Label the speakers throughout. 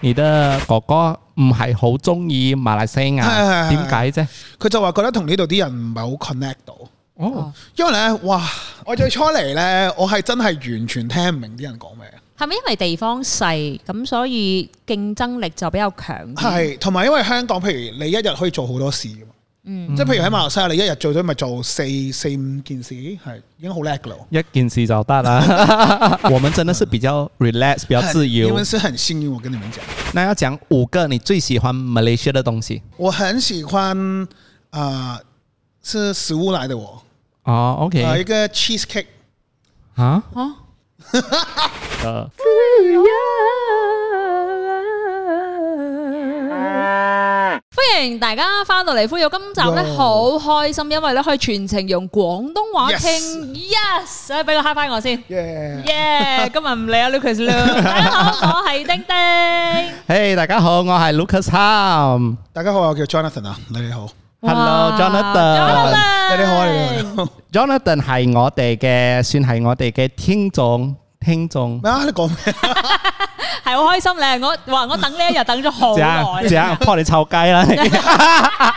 Speaker 1: 你的哥哥唔係好中意馬來西亞
Speaker 2: 係係，係
Speaker 1: 點解啫？
Speaker 2: 佢就話覺得同呢度啲人唔係好 connect 到，
Speaker 1: 哦，
Speaker 2: 因為呢，哇！我最初嚟呢，我係真係完全聽唔明啲人講咩，
Speaker 3: 係咪因為地方細咁，所以競爭力就比較強啲？
Speaker 2: 係同埋因為香港，譬如你一日可以做好多事㗎嘛，
Speaker 3: 嗯
Speaker 2: 即係譬如喺馬來西亞，你一日最多咪做四四五件事，係已經好叻㗎啦。
Speaker 1: 一件事就得 啦。我們真的是比較 relax，比較自
Speaker 2: 你
Speaker 1: 由
Speaker 2: 們。是很幸運，我跟你們講，
Speaker 1: 那要講五個你最喜歡 Malaysia 的東西。
Speaker 2: 我很喜歡啊、呃是食物來的我，
Speaker 1: 哦，OK，
Speaker 2: 啊、一個 cheesecake，
Speaker 1: 啊，
Speaker 3: 啊
Speaker 1: 呃，
Speaker 3: 歡迎大家翻到嚟《灰友》今集咧，
Speaker 2: Yo
Speaker 3: 好開心，因為咧可以全程用廣東話
Speaker 2: Yes
Speaker 3: 傾。Yes，啊俾個 high five 我先。
Speaker 2: 耶、
Speaker 3: Yeah，今日唔理啊 Lucas 啦。大家好，我係丁丁。
Speaker 1: 嘿，大家好，我係 Lucas Ham。
Speaker 2: 大家好，我叫 Jonathan 啊，你哋好，
Speaker 1: Hello
Speaker 3: 哇
Speaker 1: Jonathan，Jonathan
Speaker 2: 你哋好啊，你哋好。
Speaker 1: 係我哋嘅，算係我哋嘅聽眾，聽眾。
Speaker 2: 咩啊？你講咩？
Speaker 3: 係好開心咧！我話我等呢一日等 咗好
Speaker 1: 怎
Speaker 3: 耐
Speaker 1: 樣，怎樣，破你臭雞啦！你
Speaker 2: 啊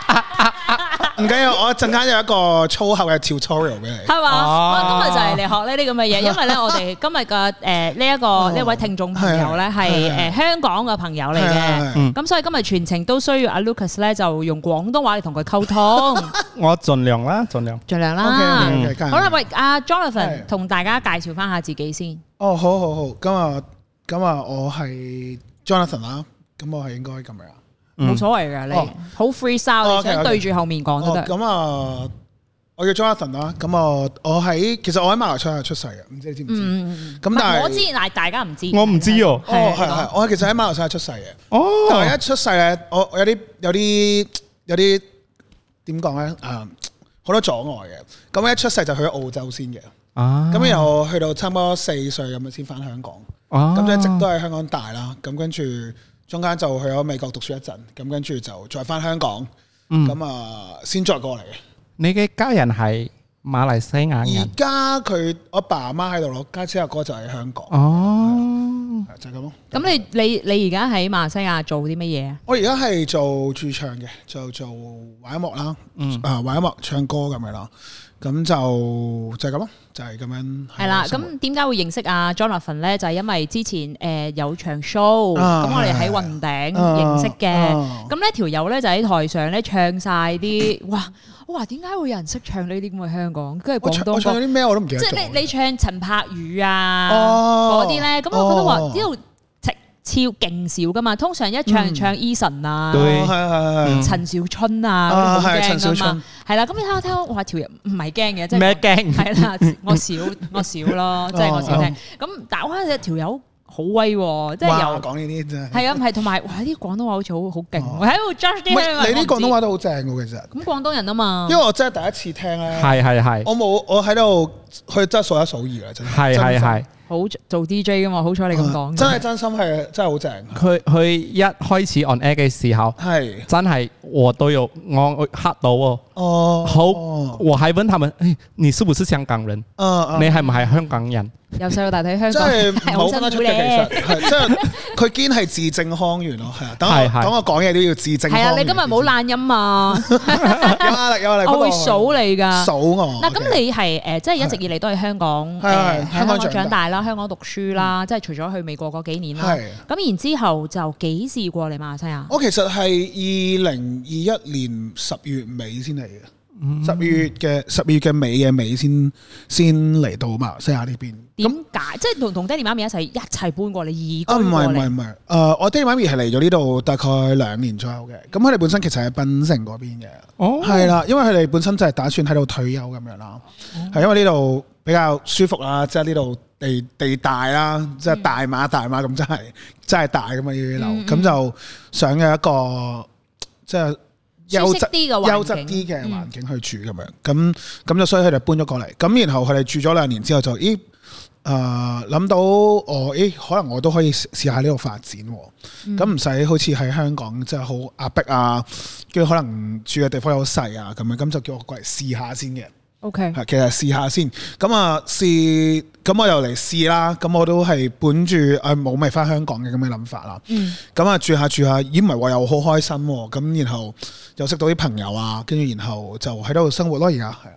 Speaker 2: 唔緊要，我陣間有一個粗口嘅 tutorial 俾你。
Speaker 3: 係嘛？
Speaker 1: 哦
Speaker 3: 我今日就係嚟學呢啲咁嘅嘢，因為咧我哋今日嘅誒呢一個呢位聽眾朋友咧係
Speaker 2: 係係
Speaker 3: 誒香港嘅朋友嚟
Speaker 2: 係係係
Speaker 3: 嘅，咁所以今日全程都需要阿 Lucas 咧就用廣東話嚟同佢溝通。
Speaker 1: 我盡量啦，盡量。
Speaker 3: 盡量啦。
Speaker 2: OK，OK，OK，加油
Speaker 3: 啊好啦，喂，阿 Jonathan
Speaker 2: 係
Speaker 3: 同大家介紹翻下自己先。
Speaker 2: 哦，好好好，咁啊，咁啊，我係 Jonathan 啦，咁我係應該咁樣啊。
Speaker 3: 冇所謂㗎，
Speaker 2: 哦
Speaker 3: 你好 free style，你
Speaker 2: OK，OK
Speaker 3: 想對住後面講都
Speaker 2: 哦，
Speaker 3: 得。
Speaker 2: 咁啊，我叫 Jonathan 啦，咁啊，我喺其實我喺馬來西亞出世嘅，唔知你知唔知？
Speaker 3: 嗯，
Speaker 2: 咁
Speaker 3: 唔係
Speaker 2: 但係
Speaker 3: 我知，但係大家唔知。
Speaker 1: 我唔知喎
Speaker 2: 哦，係
Speaker 3: 係
Speaker 2: 係，我其實喺馬來西亞出世嘅。但
Speaker 1: 哦
Speaker 2: 係一出世咧，我我有啲有啲有啲點講咧？啊，好多阻礙嘅。咁一出世就去咗澳洲先嘅。
Speaker 1: 啊
Speaker 3: 嗯
Speaker 2: 咁然後去到差唔多四歲咁樣先翻香港。
Speaker 1: 啊
Speaker 2: 咁就一直都喺香港大啦。咁跟住中間就去咗美國讀書一陣。咁跟住就再翻香港。咁啊，先再過嚟嘅。
Speaker 1: 你嘅家人係馬來西亞
Speaker 2: 而
Speaker 1: 人
Speaker 2: 家佢我爸阿媽喺度咯，家姐阿哥就喺香港，
Speaker 1: Ờ. 哦，
Speaker 2: 係就係咁咯。
Speaker 3: 咁你你你而家喺馬來西亞做啲乜嘢啊？
Speaker 2: 我而家係做駐唱嘅，就做玩音樂啦，啊玩音樂唱歌咁樣啦，咁就就係咁咯，就係咁樣
Speaker 3: 係啦，
Speaker 2: 生活
Speaker 3: 咁點解會認識阿 Jonathan 咧？就係因為之前誒有場 show，
Speaker 2: 啊
Speaker 3: 咁我哋喺
Speaker 2: 係
Speaker 3: 雲頂
Speaker 2: 啊
Speaker 3: 認識嘅
Speaker 2: 啊。
Speaker 3: 咁呢條友咧就喺台上咧唱晒啲，哇！我話點解會有人識唱呢啲咁嘅香港，跟住
Speaker 2: 我
Speaker 3: 廣
Speaker 2: 唱我
Speaker 3: 東歌
Speaker 2: 唱咗。啲咩我都唔記得
Speaker 3: 即
Speaker 2: 咗。
Speaker 3: 係你你唱陳柏宇啊
Speaker 2: 哦
Speaker 3: 嗰啲咧，咁我覺得話
Speaker 2: 哦
Speaker 3: 呢度超勁少噶嘛，通常一
Speaker 2: 嗯
Speaker 3: 唱唱 Eason 啊。
Speaker 1: 對
Speaker 2: 哦係係係
Speaker 3: 陳小春啊，
Speaker 2: 啊
Speaker 3: 嗰啲好
Speaker 2: 係陳
Speaker 3: 驚
Speaker 2: 小
Speaker 3: 噶嘛
Speaker 2: 春，
Speaker 3: 係啦。咁你睇下聽我話條人唔係驚嘅，即
Speaker 1: 咩
Speaker 3: 係
Speaker 1: 驚？
Speaker 3: 係啦，我少我少咯，即係我少聽
Speaker 2: 哦。
Speaker 3: 咁但係我覺得條友好威喎，即
Speaker 2: 係，
Speaker 3: 係
Speaker 2: 哇！
Speaker 3: 由
Speaker 2: 講呢啲真係，
Speaker 3: 係啊，唔係同埋哇啲廣東話好似好好勁
Speaker 2: 哦，
Speaker 3: 我喺度 judge
Speaker 2: 唔
Speaker 3: 啲香港
Speaker 2: 係
Speaker 3: 人
Speaker 2: 你啲
Speaker 3: 我唔
Speaker 2: 廣
Speaker 3: 知
Speaker 2: 東話都好正嘅其實，
Speaker 3: 咁廣東人啊嘛
Speaker 2: 因，為我真係第一次聽咧，
Speaker 1: 係係係
Speaker 2: 我冇我喺度佢真係數一數二啦，啊真
Speaker 1: 係係係。
Speaker 3: 好做 DJ 噶嘛，好彩你
Speaker 2: 真
Speaker 3: 咁
Speaker 2: 心
Speaker 3: 講嘅。
Speaker 2: 哦真係真心係真係好正，啊
Speaker 1: 佢佢一開始 on air 嘅時候，
Speaker 2: 係
Speaker 1: 真係我都有我我嚇到喎。
Speaker 2: 哦
Speaker 1: 好，
Speaker 2: 哦
Speaker 1: 我還問他們：，誒，你是不是香港人？
Speaker 2: 嗯嗯
Speaker 1: 你係唔係香港人？
Speaker 3: 由細到大睇香
Speaker 2: 真
Speaker 3: 港
Speaker 2: 係 唔好分得出嘅，其實係即係佢堅係字正腔圓咯，係啊。等
Speaker 1: 係
Speaker 2: 我
Speaker 1: 係
Speaker 2: 等我講嘢都要字正
Speaker 3: 係
Speaker 2: 腔圓。
Speaker 3: 啊，你今日冇懶音啊，
Speaker 2: 有壓力有壓啊力，
Speaker 3: 我會
Speaker 2: 數
Speaker 3: 數你㗎。
Speaker 2: 數我。
Speaker 3: 嗱，咁
Speaker 2: OK
Speaker 3: 你係誒，即係一直以嚟都喺香港
Speaker 2: 係係
Speaker 3: 誒，喺香
Speaker 2: 香港
Speaker 3: 港長
Speaker 2: 長嗯
Speaker 3: 大啦，香港讀書啦，即係除咗去美國嗰幾年啦
Speaker 2: 係。
Speaker 3: 咁然之後就幾時過嚟馬來西亞？
Speaker 2: 哦我其實係二零二一年十月尾先嚟嘅，
Speaker 3: 嗯
Speaker 2: 十月嘅十月嘅尾嘅尾先先嚟到馬來西亞呢邊。
Speaker 3: 點解？即係同同爹哋媽咪一齊一齊搬過嚟，移居
Speaker 2: 啊，
Speaker 3: 過
Speaker 2: 唔係唔係
Speaker 3: 嚟。
Speaker 2: 唔係，誒，我爹哋媽咪係嚟咗呢度大概兩年左右嘅，咁佢哋本身其實係檳城嗰邊嘅。
Speaker 1: 哦
Speaker 2: 係啦，因為佢哋本身就係打算喺度退休咁樣啦，
Speaker 3: 哦
Speaker 2: 係、因為呢度比較舒服啦，即係呢度
Speaker 3: 嗯
Speaker 2: 地地大啦，即係大馬大馬咁真係真係大噶嘛呢啲樓，咁、就想有一個即係優
Speaker 3: 嗯舒適
Speaker 2: 質
Speaker 3: 啲嘅環境
Speaker 2: 優質啲嘅環境去住咁樣，咁咁就所以佢哋搬咗過嚟，咁然後佢哋住咗兩年之後就咦。誒諗、到我，咦、可能我都可以試試下呢度發展喎。
Speaker 3: 嗯
Speaker 2: 咁唔使好似喺香港即係好壓迫啊，跟住可能住嘅地方又好細啊，咁樣咁就叫我過嚟試下先嘅。
Speaker 3: ，OK，
Speaker 2: 係其實試下先。咁啊試，咁我又嚟試啦。咁我都係本住啊冇咪翻香港嘅咁嘅諗法啦。
Speaker 3: 嗯，
Speaker 2: 咁啊住下住下，咦唔係話又好開心喎。咁然後又識到啲朋友啊，跟住然後就喺度生活咯。而家係啊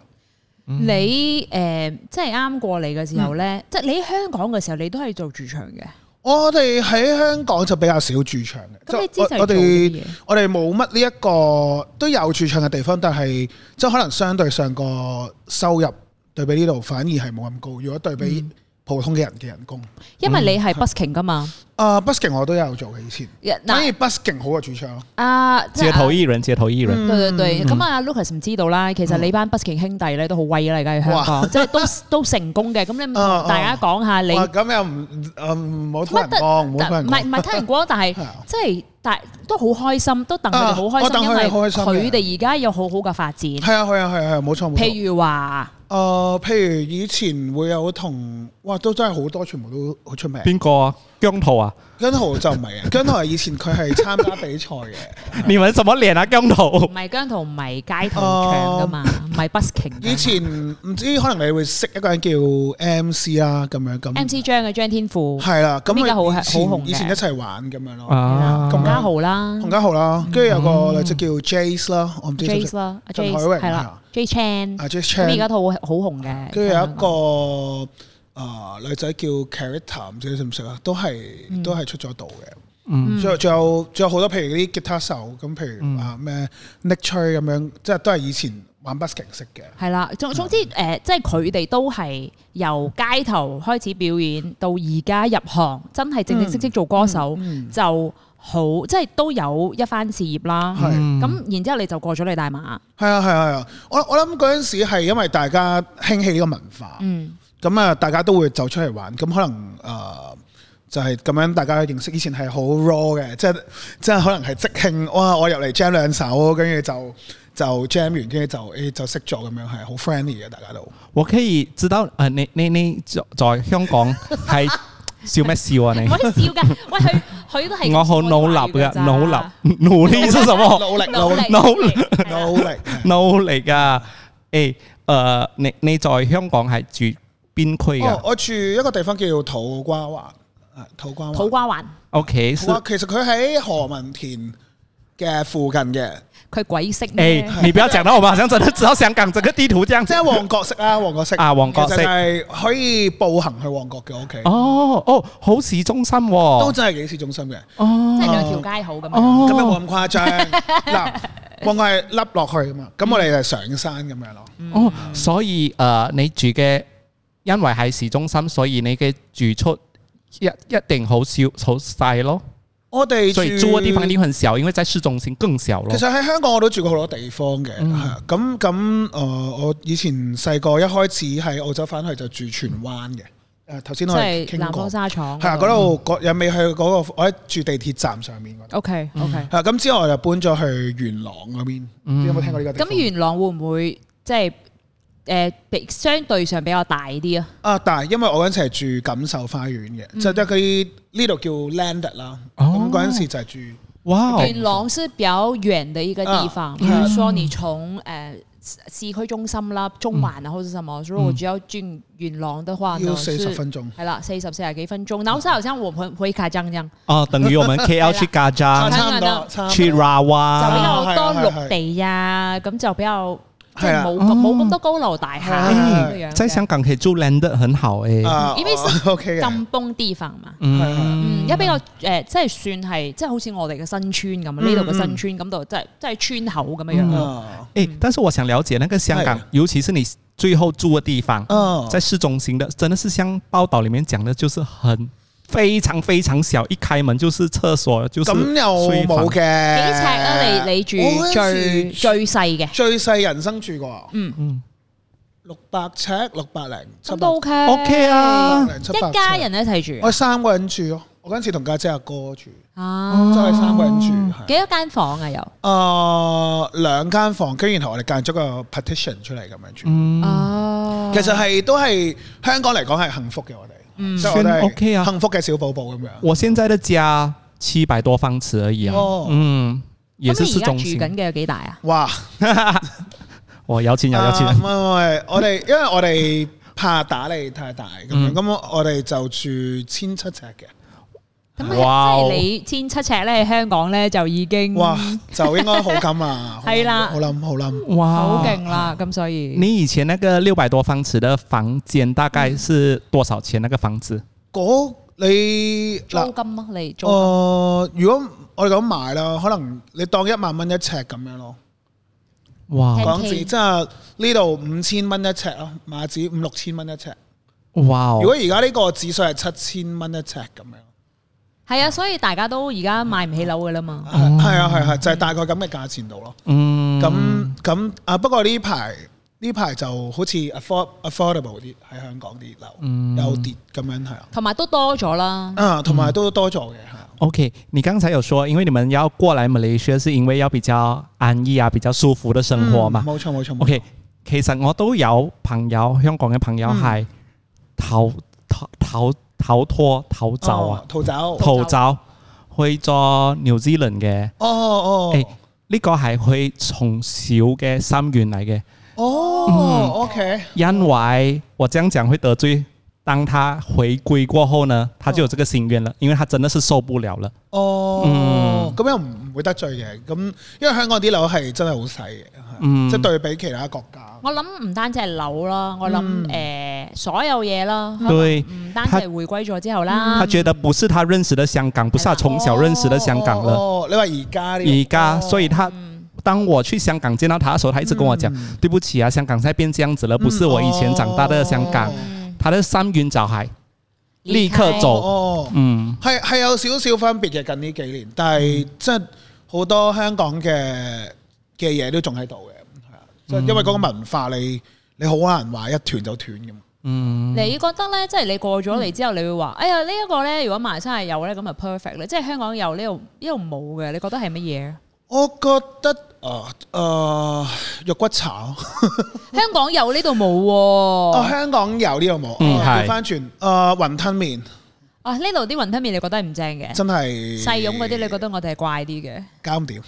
Speaker 3: 你誒即係啱過嚟嘅時候咧，即係你喺香港嘅時候，你都係做駐場嘅，
Speaker 2: 我哋喺香港就比較少駐場嘅，
Speaker 3: 咁你
Speaker 2: 即
Speaker 3: 之
Speaker 2: 係
Speaker 3: 前
Speaker 2: 我我
Speaker 3: 做啲
Speaker 2: 哋
Speaker 3: 嘢，
Speaker 2: 我哋冇乜呢一個都有駐唱嘅地方，但係即係可能相對上個收入對比呢度反而係冇咁高。如果對
Speaker 3: 嗯
Speaker 2: 比普通嘅人嘅人工，
Speaker 3: 因為
Speaker 2: 嗯
Speaker 3: 你係 busking 噶嘛。
Speaker 2: 啊、busking 我都有做嘅以前，反而
Speaker 3: 嗱
Speaker 2: busking 好過駐唱咯。
Speaker 3: 啊，即係
Speaker 1: 街
Speaker 3: 啊
Speaker 1: 头艺人，街头艺人，
Speaker 3: 對對
Speaker 2: 嗯
Speaker 3: 對，咁啊，Lucas 唔知道啦。其實你班 busking 兄弟咧都好威啦，而家喺香港，即係都都成功嘅。咁你
Speaker 2: 啊啊
Speaker 3: 同大家講下你
Speaker 2: 哇，咁又唔啊唔好
Speaker 3: 乜
Speaker 2: 推人光，唔好
Speaker 3: 但
Speaker 2: 推人
Speaker 3: 唔係
Speaker 2: 光
Speaker 3: 唔。係聽人講，但 係
Speaker 2: 係啊
Speaker 3: 即係但都好開心，都戥佢哋好開
Speaker 2: 啊
Speaker 3: 心，
Speaker 2: 我戥
Speaker 3: 因
Speaker 2: 佢哋
Speaker 3: 為
Speaker 2: 開心嘅
Speaker 3: 佢哋而家有好好嘅發展。
Speaker 2: 係啊係啊係啊係啊，冇錯冇錯。
Speaker 3: 譬如話，
Speaker 2: 誒、譬如以前會有同，哇，都真係好多，全部都好出名。
Speaker 1: 边个啊？姜涛啊？
Speaker 2: 姜豪就唔係嘅，姜豪係以前佢係參加比賽嘅。
Speaker 1: 你们怎么脸啊？姜涛
Speaker 3: 唔係姜濤唔係街頭唱噶嘛，
Speaker 2: 啊
Speaker 3: 唔係 busking 㗎嘛。
Speaker 2: 以前唔知可能你會識一個人叫 MC 啦，咁樣咁。
Speaker 3: MC 張嘅張天賦、
Speaker 2: 係啊啦，咁
Speaker 3: 邊個好
Speaker 2: 佢以前
Speaker 3: 好紅嘅
Speaker 2: 以前一齊玩咁樣咯。
Speaker 3: Ờ.
Speaker 1: 啊？
Speaker 3: 洪家豪啦、
Speaker 2: 洪家豪
Speaker 3: 嗯
Speaker 2: 啦，跟住有個女仔叫 Jace 啦，我唔知
Speaker 3: Jace 啦、阿
Speaker 2: 陳
Speaker 3: Jace
Speaker 2: 海榮
Speaker 3: 係
Speaker 2: 係
Speaker 3: 啦
Speaker 2: 啊、
Speaker 3: J Chan，
Speaker 2: 啊 Jace
Speaker 3: 咁而
Speaker 2: Chan，
Speaker 3: 家都好好紅嘅。
Speaker 2: 跟住有一個啊女仔叫 Carita，唔知你識唔識啊？都係都係出咗道嘅。
Speaker 1: 嗯
Speaker 2: 仲有仲有仲有好多，譬如啲吉他手咁，譬
Speaker 1: 嗯
Speaker 2: 如啊咩 Nick 吹咁樣，即係都係以前玩 busking 識嘅。
Speaker 3: 係啦，
Speaker 2: 啊
Speaker 3: 總總之誒、呃即係佢哋都係由街頭開始表演，到而家入行，真係正正
Speaker 2: 嗯
Speaker 3: 式式做歌手，就好即係都有一番事業啦。
Speaker 1: 嗯
Speaker 2: 係
Speaker 1: Ừ.
Speaker 3: 咁、然之後你就過咗你大馬，
Speaker 2: 係啊係啊係啊！我我諗嗰陣時係因為大家興起呢個文化，
Speaker 3: 嗯，
Speaker 2: 咁啊大家都會走出嚟玩，咁可能誒。就係咁樣，大家認識以前係好 raw 嘅，即係即係可能係即興，哇！我入嚟 jam 兩首，跟住就就 jam 完，跟住就誒就識咗咁樣，係好 friendly 嘅，大家都。
Speaker 1: 我可以知道诶，你你你在在香港係笑咩笑啊？
Speaker 3: 唔可以笑㗎。喂，佢佢都係
Speaker 1: 你 我好努力
Speaker 3: 㗎
Speaker 1: 噶，
Speaker 3: 咋
Speaker 1: 努力努力是什麼？
Speaker 2: 努力
Speaker 3: 努
Speaker 1: 努力
Speaker 3: 力係啊啦
Speaker 2: 努力，
Speaker 1: 努力啊！诶诶，你你在香港係住邊區
Speaker 2: 哦，
Speaker 1: 噶
Speaker 2: 我住一個地方叫土瓜灣，啊土瓜灣。
Speaker 3: 土瓜灣，
Speaker 1: ？OK，是
Speaker 2: 哇，其實佢喺何文田嘅附近嘅，
Speaker 3: 佢鬼識
Speaker 1: 诶
Speaker 3: 咩？，
Speaker 1: 你不要講到我們好像真的知道香港整個地圖這樣
Speaker 2: 即
Speaker 1: 子
Speaker 2: 係。旺角式啦，旺角式
Speaker 1: 啊旺角式
Speaker 2: 其實就係可以步行去旺角嘅屋企，
Speaker 1: 哦哦，好市中心喎、
Speaker 2: 都真係幾市中心嘅，
Speaker 1: 哦
Speaker 3: 即係兩條街口咁樣。
Speaker 1: 哦
Speaker 2: 咁又冇咁誇 張。嗱，旺角係凹落去噶嘛，咁我哋就上山咁樣咯。
Speaker 1: 哦，所以誒、呃你住嘅因為喺市中心，所以你嘅住出一一定好少好細咯。
Speaker 2: 我哋
Speaker 1: 所以租嘅地方一
Speaker 2: 住
Speaker 1: 定很小，因為在市中心更小咯
Speaker 2: 其。實喺香港我都住過好多地方嘅，
Speaker 1: 嗯
Speaker 2: 係啊咁咁誒，呃我以前細個一開始喺澳洲翻去就住荃灣嘅，誒頭先
Speaker 3: 即
Speaker 2: 我哋
Speaker 3: 係
Speaker 2: 傾
Speaker 3: 南
Speaker 2: 過
Speaker 3: 方，沙廠
Speaker 2: 係啊嗰度嗰又未去嗰個，我喺住地鐵站上面嗰度。
Speaker 3: OK
Speaker 1: 嗯
Speaker 3: OK，
Speaker 2: 啊，咁之後就搬咗去元朗嗰邊，
Speaker 1: 嗯
Speaker 2: 你有冇聽過呢個地
Speaker 3: 咁
Speaker 2: 方？
Speaker 3: 元朗會唔會即係誒比相對上比較大啲啊？
Speaker 2: 啊，但係因為我嗰陣時係住錦繡花園嘅，即係得佢呢度叫 landed 啦。
Speaker 1: 嗯哦
Speaker 2: 咁嗰陣時就係住
Speaker 1: 哇哦，
Speaker 3: 元朗是比較遠的一個地方，
Speaker 2: 啊
Speaker 3: 比如說你從誒市區中心啦、
Speaker 1: 嗯
Speaker 3: 中環啊，或者什麼，如果我只要進元朗的話呢，
Speaker 2: 要四十
Speaker 3: 是
Speaker 2: 分鐘。
Speaker 3: 係啦，四十四十幾分鐘。然後是好像我們回卡江江，
Speaker 1: 哦，等於我 們 KL 去嘎
Speaker 2: 啊
Speaker 1: 扎、
Speaker 2: 差唔
Speaker 3: 香港啊
Speaker 2: 多，差唔
Speaker 1: 去
Speaker 2: 多。啊
Speaker 1: Rawa，
Speaker 2: 係
Speaker 3: 就比較多陸
Speaker 2: 係
Speaker 3: 地啊，咁就比較即
Speaker 2: 係
Speaker 3: 係
Speaker 2: 啊
Speaker 3: 冇
Speaker 1: 哦
Speaker 3: 冇咁多高樓大廈咁樣嘅。
Speaker 1: 哎在香港可以住 land 得很好哎誒、
Speaker 2: 啊，
Speaker 3: 因為
Speaker 2: 哦 OK 嘅，
Speaker 3: 禁崩地方嘛。
Speaker 1: 嗯，
Speaker 3: 嗯，而家比較誒、呃即係算係，即係好似我哋嘅新村咁，啊
Speaker 2: 嗯
Speaker 3: 呢度嘅新村咁度，即係即係村口咁樣樣咯。
Speaker 2: 啊，
Speaker 1: 誒、哎但是我想了解那個香港
Speaker 2: 哎，
Speaker 1: 尤其是你最後住嘅地方，
Speaker 2: 哦
Speaker 1: 在市中心的，真的是像报道里面讲的，就是很非常非常小，一开门就是厕所，就是
Speaker 2: 咁又
Speaker 1: 睡
Speaker 2: 冇
Speaker 1: 房
Speaker 2: 嘅。。
Speaker 3: 幾尺啊？你你住
Speaker 2: 嗯我嗰陣
Speaker 3: 最
Speaker 2: 時
Speaker 3: 最細嘅，
Speaker 2: 最細人生住過，
Speaker 3: 嗯
Speaker 1: 嗯，
Speaker 2: 六百尺，六百零，七
Speaker 3: 咁
Speaker 2: 百
Speaker 3: 都 OK。
Speaker 1: OK 啊
Speaker 2: 零七百
Speaker 3: 一家
Speaker 2: 尺
Speaker 3: 人一齊住
Speaker 2: 我三個人住咯。我嗰陣時同家姐阿哥住，
Speaker 3: 啊？
Speaker 2: 真係三個人住。係
Speaker 3: 幾多間房啊？有
Speaker 2: 誒兩間房，跟住然後我哋間咗個 partition 出嚟咁樣住，
Speaker 1: 嗯
Speaker 3: 哦，
Speaker 2: 嗯其實係都係香港嚟講係幸福嘅我
Speaker 3: 嗯
Speaker 2: 哋，即係我
Speaker 1: 算
Speaker 2: 哋
Speaker 1: OK 啊
Speaker 2: 幸福嘅小寶寶咁樣。
Speaker 1: 我现在的家七百多方尺而已啊，
Speaker 2: 哦
Speaker 1: 嗯，也
Speaker 3: 咁
Speaker 1: 是
Speaker 3: 你
Speaker 1: 市
Speaker 3: 而家
Speaker 1: 中
Speaker 3: 住
Speaker 1: 心。
Speaker 3: 緊嘅有幾大啊？
Speaker 2: 哇！
Speaker 1: 哦，有錢人，有錢
Speaker 2: 啊
Speaker 1: 人
Speaker 2: 唔係，唔係，我哋 因為我哋怕打你太大咁樣，
Speaker 1: 嗯
Speaker 2: 咁我我哋就住千七尺嘅，
Speaker 3: 咁
Speaker 1: 哇
Speaker 3: 係即係你千七尺咧，香港咧就已經
Speaker 2: 哇，就應該好金 啊！好冧
Speaker 3: 嗯係啦
Speaker 2: 好冧好冧，
Speaker 1: 哇，
Speaker 3: 好勁！啦。咁所以
Speaker 1: 你以前那個六百多方尺的房間大概是多少錢？那個房子
Speaker 2: 嗰你
Speaker 3: 租
Speaker 2: 嗱，
Speaker 3: 金咯，你租金
Speaker 2: 誒，如果我哋咁買啦，可能你當一萬蚊一尺咁樣咯，
Speaker 1: 哇
Speaker 3: 10K
Speaker 2: 港紙即係呢度五千蚊一尺咯，馬紙五六千蚊一尺。
Speaker 1: 哇哦
Speaker 2: 如果而家呢個指數係七千蚊一尺咁樣，
Speaker 3: 係啊，所以大家都而家買唔起樓噶啦嘛。
Speaker 2: 係係啊係係，就係大概咁嘅價錢度咯。
Speaker 1: 哦嗯，
Speaker 2: 咁咁啊，不過呢排呢排就好似 afford affordable 啲喺香港啲樓、
Speaker 1: 嗯
Speaker 2: 有跌咁樣係啊，
Speaker 3: 同埋都多咗啦，
Speaker 2: 啊同埋都多咗嘅係啊
Speaker 1: OK，你剛才有說，因為你們要過來馬來西亞，是因為要比較安逸啊，比較舒服的生活嘛
Speaker 2: 嗯。冇錯冇錯冇錯
Speaker 1: OK，其實我都有朋友，香港嘅朋友
Speaker 2: 嗯
Speaker 1: 係逃逃逃逃脫逃走啊
Speaker 2: 哦，逃走
Speaker 1: 逃走去咗 New Zealand 嘅。
Speaker 2: 哦哦
Speaker 1: 誒，呢個係佢從小嘅心願嚟嘅，嗯
Speaker 2: 哦，OK
Speaker 1: 因為我這樣講會得罪。當他回歸過後呢，他就有這個心願了，因為他真的是受不了了。
Speaker 2: 哦，
Speaker 1: 嗯
Speaker 2: 咁又唔會得罪嘅，咁因為香港啲樓係真係好細嘅，係啊
Speaker 1: 嗯
Speaker 2: 即係對比其他國家，
Speaker 3: 我諗唔單止係樓啦，我
Speaker 2: 嗯
Speaker 3: 諗诶所有嘢啦，
Speaker 1: 對
Speaker 3: 唔單止係回歸咗之後啦
Speaker 1: 他，覺得不是他認識的香港，不是他從小認識的香港
Speaker 2: 哦
Speaker 1: 了。
Speaker 2: 哦，哦你話而家呢個？
Speaker 1: 而家，所以他
Speaker 3: 嗯
Speaker 1: 當我去香港見到他的時候，他一直跟我講：對不起啊，香港現在變這樣子了，不是我以前長大的香港。
Speaker 2: 哦
Speaker 3: 嗯
Speaker 1: 他的三元小孩立刻
Speaker 3: 離開
Speaker 1: 走，
Speaker 2: 哦。
Speaker 1: 嗯，
Speaker 2: 係係有少少分別嘅近呢幾年，但係即係好多香港嘅嘅嘢都仲喺度嘅，係啊，即係因為嗰個文化你你好難話一斷就斷嘅嘛。
Speaker 1: 嗯
Speaker 3: 你覺得咧，即係你過咗嚟之後，你會話：哎呀，呢一個咧，如果埋身係有咧，咁咪 perfect 咧。即係香港有呢度，呢度冇嘅。你覺得係乜嘢？
Speaker 2: 我覺得啊啊肉骨茶
Speaker 3: 香港有呢度冇
Speaker 2: 哦，
Speaker 3: 喎。
Speaker 2: 香港有呢個冇，
Speaker 1: 嗯
Speaker 2: 哦
Speaker 1: 係
Speaker 2: 調翻轉啊雲吞麵
Speaker 3: 啊，呢度啲雲吞麵你覺得係唔正嘅，
Speaker 2: 真係
Speaker 3: 細蓉嗰啲你覺得我哋係怪啲嘅。
Speaker 2: 搞唔掂，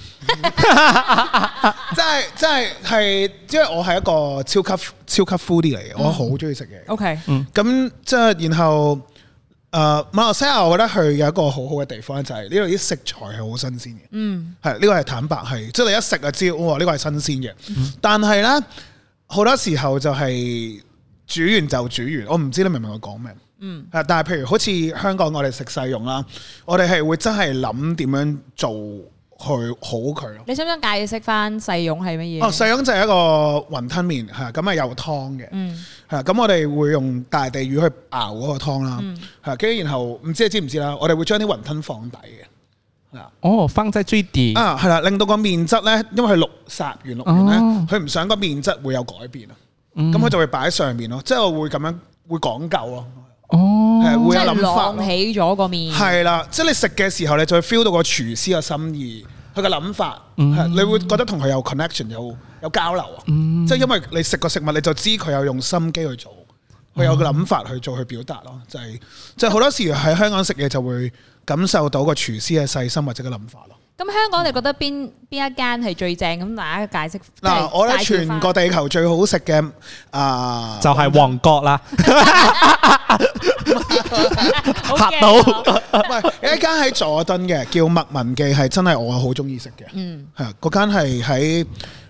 Speaker 2: 真係真係係，因為我係一個超級超級 foodie 嚟嘅，我好中意食嘢。
Speaker 3: OK，
Speaker 2: 咁即係然後誒、呃、馬來西亞，我覺得佢有一個好好嘅地方就係呢度啲食材係好新鮮嘅，
Speaker 3: 嗯，
Speaker 2: 係呢、個係坦白係，即係你一食就知，哇呢、個係新鮮嘅。但係呢，好多時候就係煮完就煮完，我唔知你明唔明我講咩？嗯，但係譬如好似香港我哋食細蓉啦，我哋係會真係諗點樣做去好佢咯。
Speaker 3: 你想唔想解釋翻細蓉係乜嘢？
Speaker 2: 哦，細蓉就係一個雲吞麵，係咁係有湯嘅。
Speaker 3: 嗯，
Speaker 2: 係咁我哋會用大地魚去熬嗰個湯啦，係跟住然後唔知你知唔知啦，我哋會將啲雲吞放底嘅，係啊
Speaker 1: 哦，放在最底，
Speaker 2: 啊係啦，令到個面質咧，因為佢綠殺完綠完咧
Speaker 1: 哦，
Speaker 2: 佢唔想個面質會有改變啊，咁佢就會擺喺上面咯，即係我會咁樣會講究咯，
Speaker 1: 哦，
Speaker 2: 係
Speaker 3: 即
Speaker 2: 會有
Speaker 3: 係
Speaker 2: 諗法
Speaker 3: 晾
Speaker 2: 咯，
Speaker 3: 起咗個面。
Speaker 2: 係啦，即係你食嘅時候，你就會 feel 到個廚師嘅心意，佢嘅諗法，係你會覺得同佢有 connection 有有交流啊，即係因為你食個食物，你就知佢有用心機去做，佢有個諗法去做去表達咯，就係即係好多時喺香港食嘢就會感受到個廚師嘅細心或者個諗法咯。
Speaker 3: 咁香港你覺得邊邊一間係最正？咁大家解釋。
Speaker 2: 嗱，我覺得全個
Speaker 3: 覺
Speaker 2: 地球最好食嘅啊，
Speaker 1: 就係旺角 啦，嚇到
Speaker 3: 啊
Speaker 2: 喂，有一間喺佐敦嘅叫麥文記，係真係我好中意食嘅。
Speaker 3: 嗯，
Speaker 2: 係啊嗰間係喺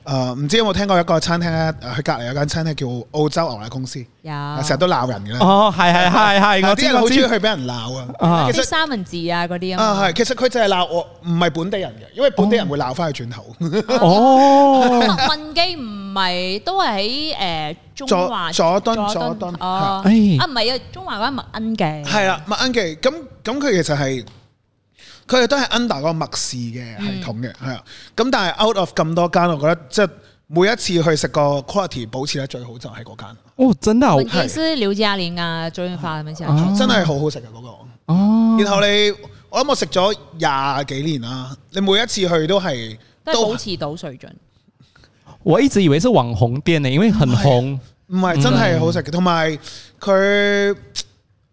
Speaker 2: 誒唔知有冇聽過一個餐廳咧？誒佢隔離有間餐廳叫澳洲牛奶公司，
Speaker 3: 有
Speaker 2: 成日都鬧人嘅咧。
Speaker 1: 啊哦，係係係係，
Speaker 2: 係
Speaker 1: 我
Speaker 2: 啊啲
Speaker 1: 知
Speaker 2: 人好
Speaker 1: 我
Speaker 2: 中意
Speaker 1: 知，
Speaker 2: 去俾人鬧啊
Speaker 1: 啊。
Speaker 2: 其實
Speaker 3: 啲三文治啊嗰啲啊嘛。
Speaker 2: 啊係，其實佢就係鬧我唔係本地人嘅，因為本地人會鬧翻佢轉頭。
Speaker 1: 哦，
Speaker 3: 麥文基唔係都係喺誒中
Speaker 2: 佐
Speaker 3: 環
Speaker 2: 佐敦佐
Speaker 3: 佐
Speaker 2: 敦
Speaker 3: 敦
Speaker 2: 係
Speaker 3: 哦，
Speaker 1: 哎
Speaker 3: 啊唔係啊，中環嗰間麥恩記
Speaker 2: 係啦，麥恩記咁咁佢其實係佢哋都係 under 嗰個麥氏嘅系統嘅，
Speaker 1: 嗯
Speaker 2: 係啊。咁但係 out of 咁多間，我覺得即係每一次去食個 quality 保持得最好就係嗰間，
Speaker 1: 哦，真的好
Speaker 3: 麥 文基是劉嘉玲啊，周潤發咁樣先
Speaker 1: 啊
Speaker 2: 真係好好食嘅嗰個。
Speaker 1: 哦，
Speaker 2: 然後你，我諗我食咗廿幾年啦，你每一次去都係
Speaker 3: 都係
Speaker 2: 都
Speaker 3: 保持到水準。
Speaker 1: 我一直以為是網紅店呢，因為
Speaker 2: 哎
Speaker 1: 很紅，
Speaker 2: 唔係真
Speaker 3: 嗯
Speaker 2: 係好食嘅，同埋佢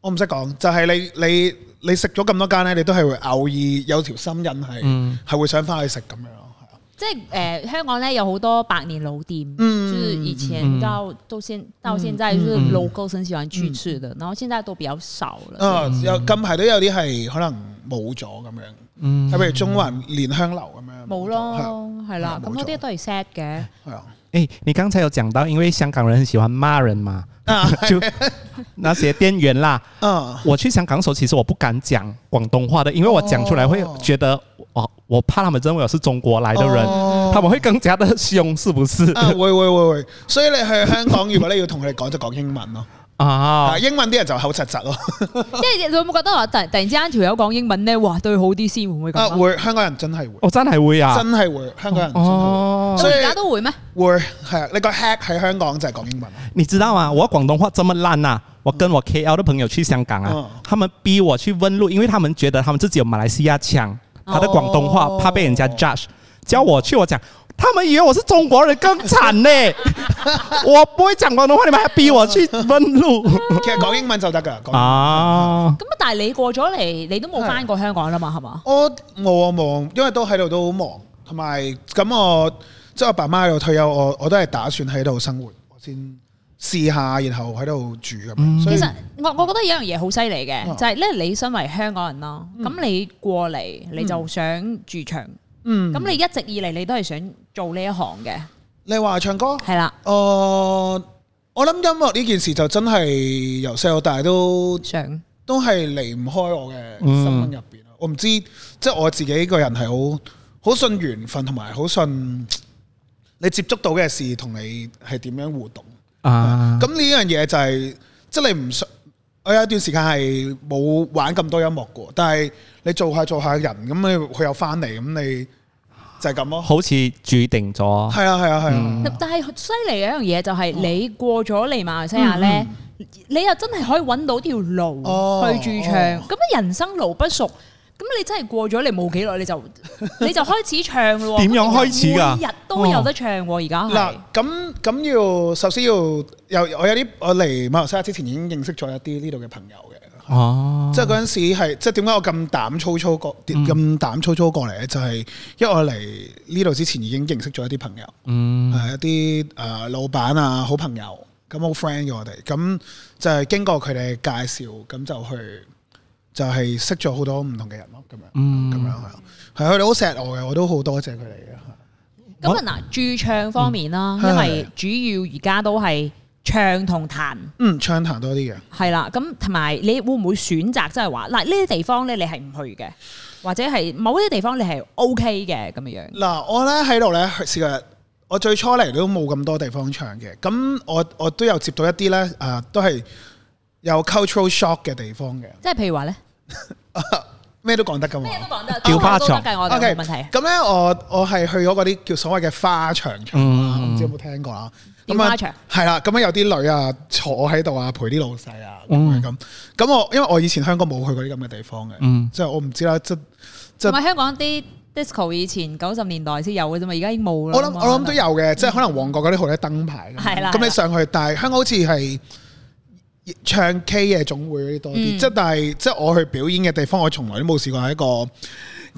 Speaker 2: 我唔識講，就係、你你
Speaker 3: 嗯
Speaker 2: 你食咗咁多間咧，你都係會偶爾有條心癮係係、會想翻去食咁樣咯。係啊
Speaker 3: 即係誒、呃香港咧有好多百年老店，
Speaker 2: 嗯
Speaker 3: 就是以前到到現到現在，就是 local 很喜歡去吃
Speaker 2: 嗯
Speaker 3: 的，然後現在都比較少了。
Speaker 2: 啊，有近排都有啲係可能冇咗咁樣，
Speaker 1: 嗯
Speaker 2: 譬如中環蓮香樓咁樣
Speaker 3: 冇
Speaker 2: 咗係啊
Speaker 3: 咯，係啦，
Speaker 2: 係
Speaker 3: 咁
Speaker 2: 冇
Speaker 3: 嗰
Speaker 2: 咗
Speaker 3: 啲都係 sad 嘅。
Speaker 2: 係啊，
Speaker 1: 哎，你刚才有讲到，因为香港人很喜欢骂人 嘛，就那些店员啦。
Speaker 2: 啊，
Speaker 1: 我去香港的时候，其实我不敢讲广东话的，因为我讲出来会
Speaker 2: 哦
Speaker 1: 觉得，哦，我怕他们认为我是中国来的人，
Speaker 2: 哦
Speaker 1: 他们會更加的凶，是不是？
Speaker 2: 啊，會會會會，所以你去香港，如果你要同佢哋講，就講英文咯。
Speaker 1: 啊
Speaker 2: 啊，，英文啲人就口窒窒咯。
Speaker 3: 即係你有冇覺得話突然突然之間條友講英文咧，哇對佢好啲先會唔會咁
Speaker 2: 啊，
Speaker 3: 啊？
Speaker 2: 會香港人真係會，
Speaker 1: 我真係會啊，
Speaker 2: 真係會香港人真係
Speaker 1: 哦
Speaker 2: 會，
Speaker 3: 到
Speaker 2: 所以
Speaker 3: 而家都會咩？
Speaker 2: 會係啊你個 hack 喺香港就係講英文。
Speaker 1: 你知道吗？我广东话这么烂呐、我跟我 KL 的朋友去香港啊，
Speaker 2: 嗯
Speaker 1: 他们逼我去问路，因为他们觉得他们自己有马来西亚腔，他的广东话
Speaker 2: 哦
Speaker 1: 怕被人家 judge，叫我去，我讲他们以为我是中国人，更惨 呢。我不会讲广东话，你们还逼我去问 路
Speaker 2: 其實講英文就得㗎。講英文
Speaker 1: 啊？
Speaker 3: 咁啊，但係你過咗嚟，你都冇翻過香港啦嘛，
Speaker 2: 嗯
Speaker 3: 係嘛？
Speaker 2: 我冇啊冇啊，因為都喺度都好忙，同埋咁我即係我爸媽喺度退休，我我都係打算喺度生活，我先試下，然後喺度住咁樣。所以
Speaker 3: 其實我我覺得有一樣嘢好犀利嘅，
Speaker 2: 啊
Speaker 3: 就係咧你身為香港人啦，咁你過嚟你就想駐場，
Speaker 2: 嗯，
Speaker 3: 咁你一直以嚟你都係想做呢一行嘅，
Speaker 2: 你話唱歌，
Speaker 3: 係啦，
Speaker 2: 呃我諗音樂呢件事就真係由細到大都
Speaker 3: 想。
Speaker 2: 都係離唔開我嘅
Speaker 1: 嗯
Speaker 2: 心入邊咯。我唔知，即係我自己個人係好好信緣分，同埋好信你接觸到嘅事同你係點樣互動。
Speaker 1: 啊，
Speaker 2: 咁呢樣嘢就係、即係你唔想，我有一段時間係冇玩咁多音樂嘅，但係你做下做下人，咁你佢又翻嚟，咁你就係咁咯。
Speaker 1: 好似注定咗，
Speaker 2: 係啊係啊係啊！
Speaker 3: 但係犀利嘅一樣嘢就
Speaker 1: 嗯
Speaker 3: 係你過咗嚟馬來西亞咧，你又真係可以揾到條路
Speaker 2: 哦
Speaker 3: 去駐唱。
Speaker 2: 哦
Speaker 3: 咁、人生路不熟，咁你真係過咗嚟冇幾耐，你就你就開始唱咯喎。
Speaker 1: 點樣開始㗎
Speaker 3: 每日都有得唱喎，而家
Speaker 2: 嗱
Speaker 3: 係，
Speaker 2: 咁咁要首先要又我有啲我嚟馬來西亞之前已經認識咗一啲呢度嘅朋友嘅。
Speaker 1: 哦，
Speaker 2: 即係嗰陣時係，即係點解我咁膽粗粗過，咁膽粗粗過嚟咧？就係、因為我嚟呢度之前已經認識咗一啲朋友，係、
Speaker 1: 嗯
Speaker 2: 一啲誒、呃老闆啊、好朋友，咁好 friend 嘅我哋，咁就係經過佢哋介紹，咁就去就係、識咗好多唔同嘅人咯，咁樣，咁、樣係啊，係佢哋好錫我嘅，我都好多謝佢哋嘅。係
Speaker 3: 咁啊嗱，駐唱方面啦，
Speaker 2: 嗯
Speaker 3: 因為主要而家都係唱同彈。
Speaker 2: 嗯，暢談多啲嘅。
Speaker 3: 係啦，咁同埋你會唔會選擇即係話嗱呢啲地方咧你係唔去嘅，或者係某啲地方你係 O K 嘅咁樣樣？
Speaker 2: 嗱，我咧喺度咧試過，我最初嚟都冇咁多地方唱嘅，咁我我都有接到一啲咧，誒、都係有 cultural shock 嘅地方嘅，
Speaker 3: 即係譬如話咧。
Speaker 2: 咩都講得噶嘛。
Speaker 3: 都講得，
Speaker 1: 叫花
Speaker 3: 都
Speaker 1: 場
Speaker 3: 得嘅，我哋
Speaker 2: OK，
Speaker 3: 冇問題。
Speaker 2: 咁咧我我係去咗嗰啲叫所謂嘅花場唱啦，
Speaker 1: 嗯
Speaker 2: 我唔知有冇聽過啦。
Speaker 3: 叫
Speaker 2: 咁啊
Speaker 3: 花場
Speaker 2: 係啦，咁啊有啲女啊坐喺度啊陪啲老細啊咁樣
Speaker 1: 嗯
Speaker 2: 咁。咁我因為我以前香港冇去過啲咁嘅地方嘅，
Speaker 1: 嗯
Speaker 2: 即係我唔知啦，即即
Speaker 3: 同埋香港啲 disco 以前九十年代先有嘅啫嘛，而家已經冇啦。啊
Speaker 2: 我
Speaker 3: 嗯
Speaker 2: 諗我諗都有嘅，即係可能旺角嗰啲好多燈牌咁樣
Speaker 3: 係啦係
Speaker 2: 咁
Speaker 3: 啦
Speaker 2: 你上去，但係香港好似係唱 K 嘅總會嗰啲多啲，
Speaker 3: 嗯
Speaker 2: 即係但係即係我去表演嘅地方，我從來都冇試過喺一個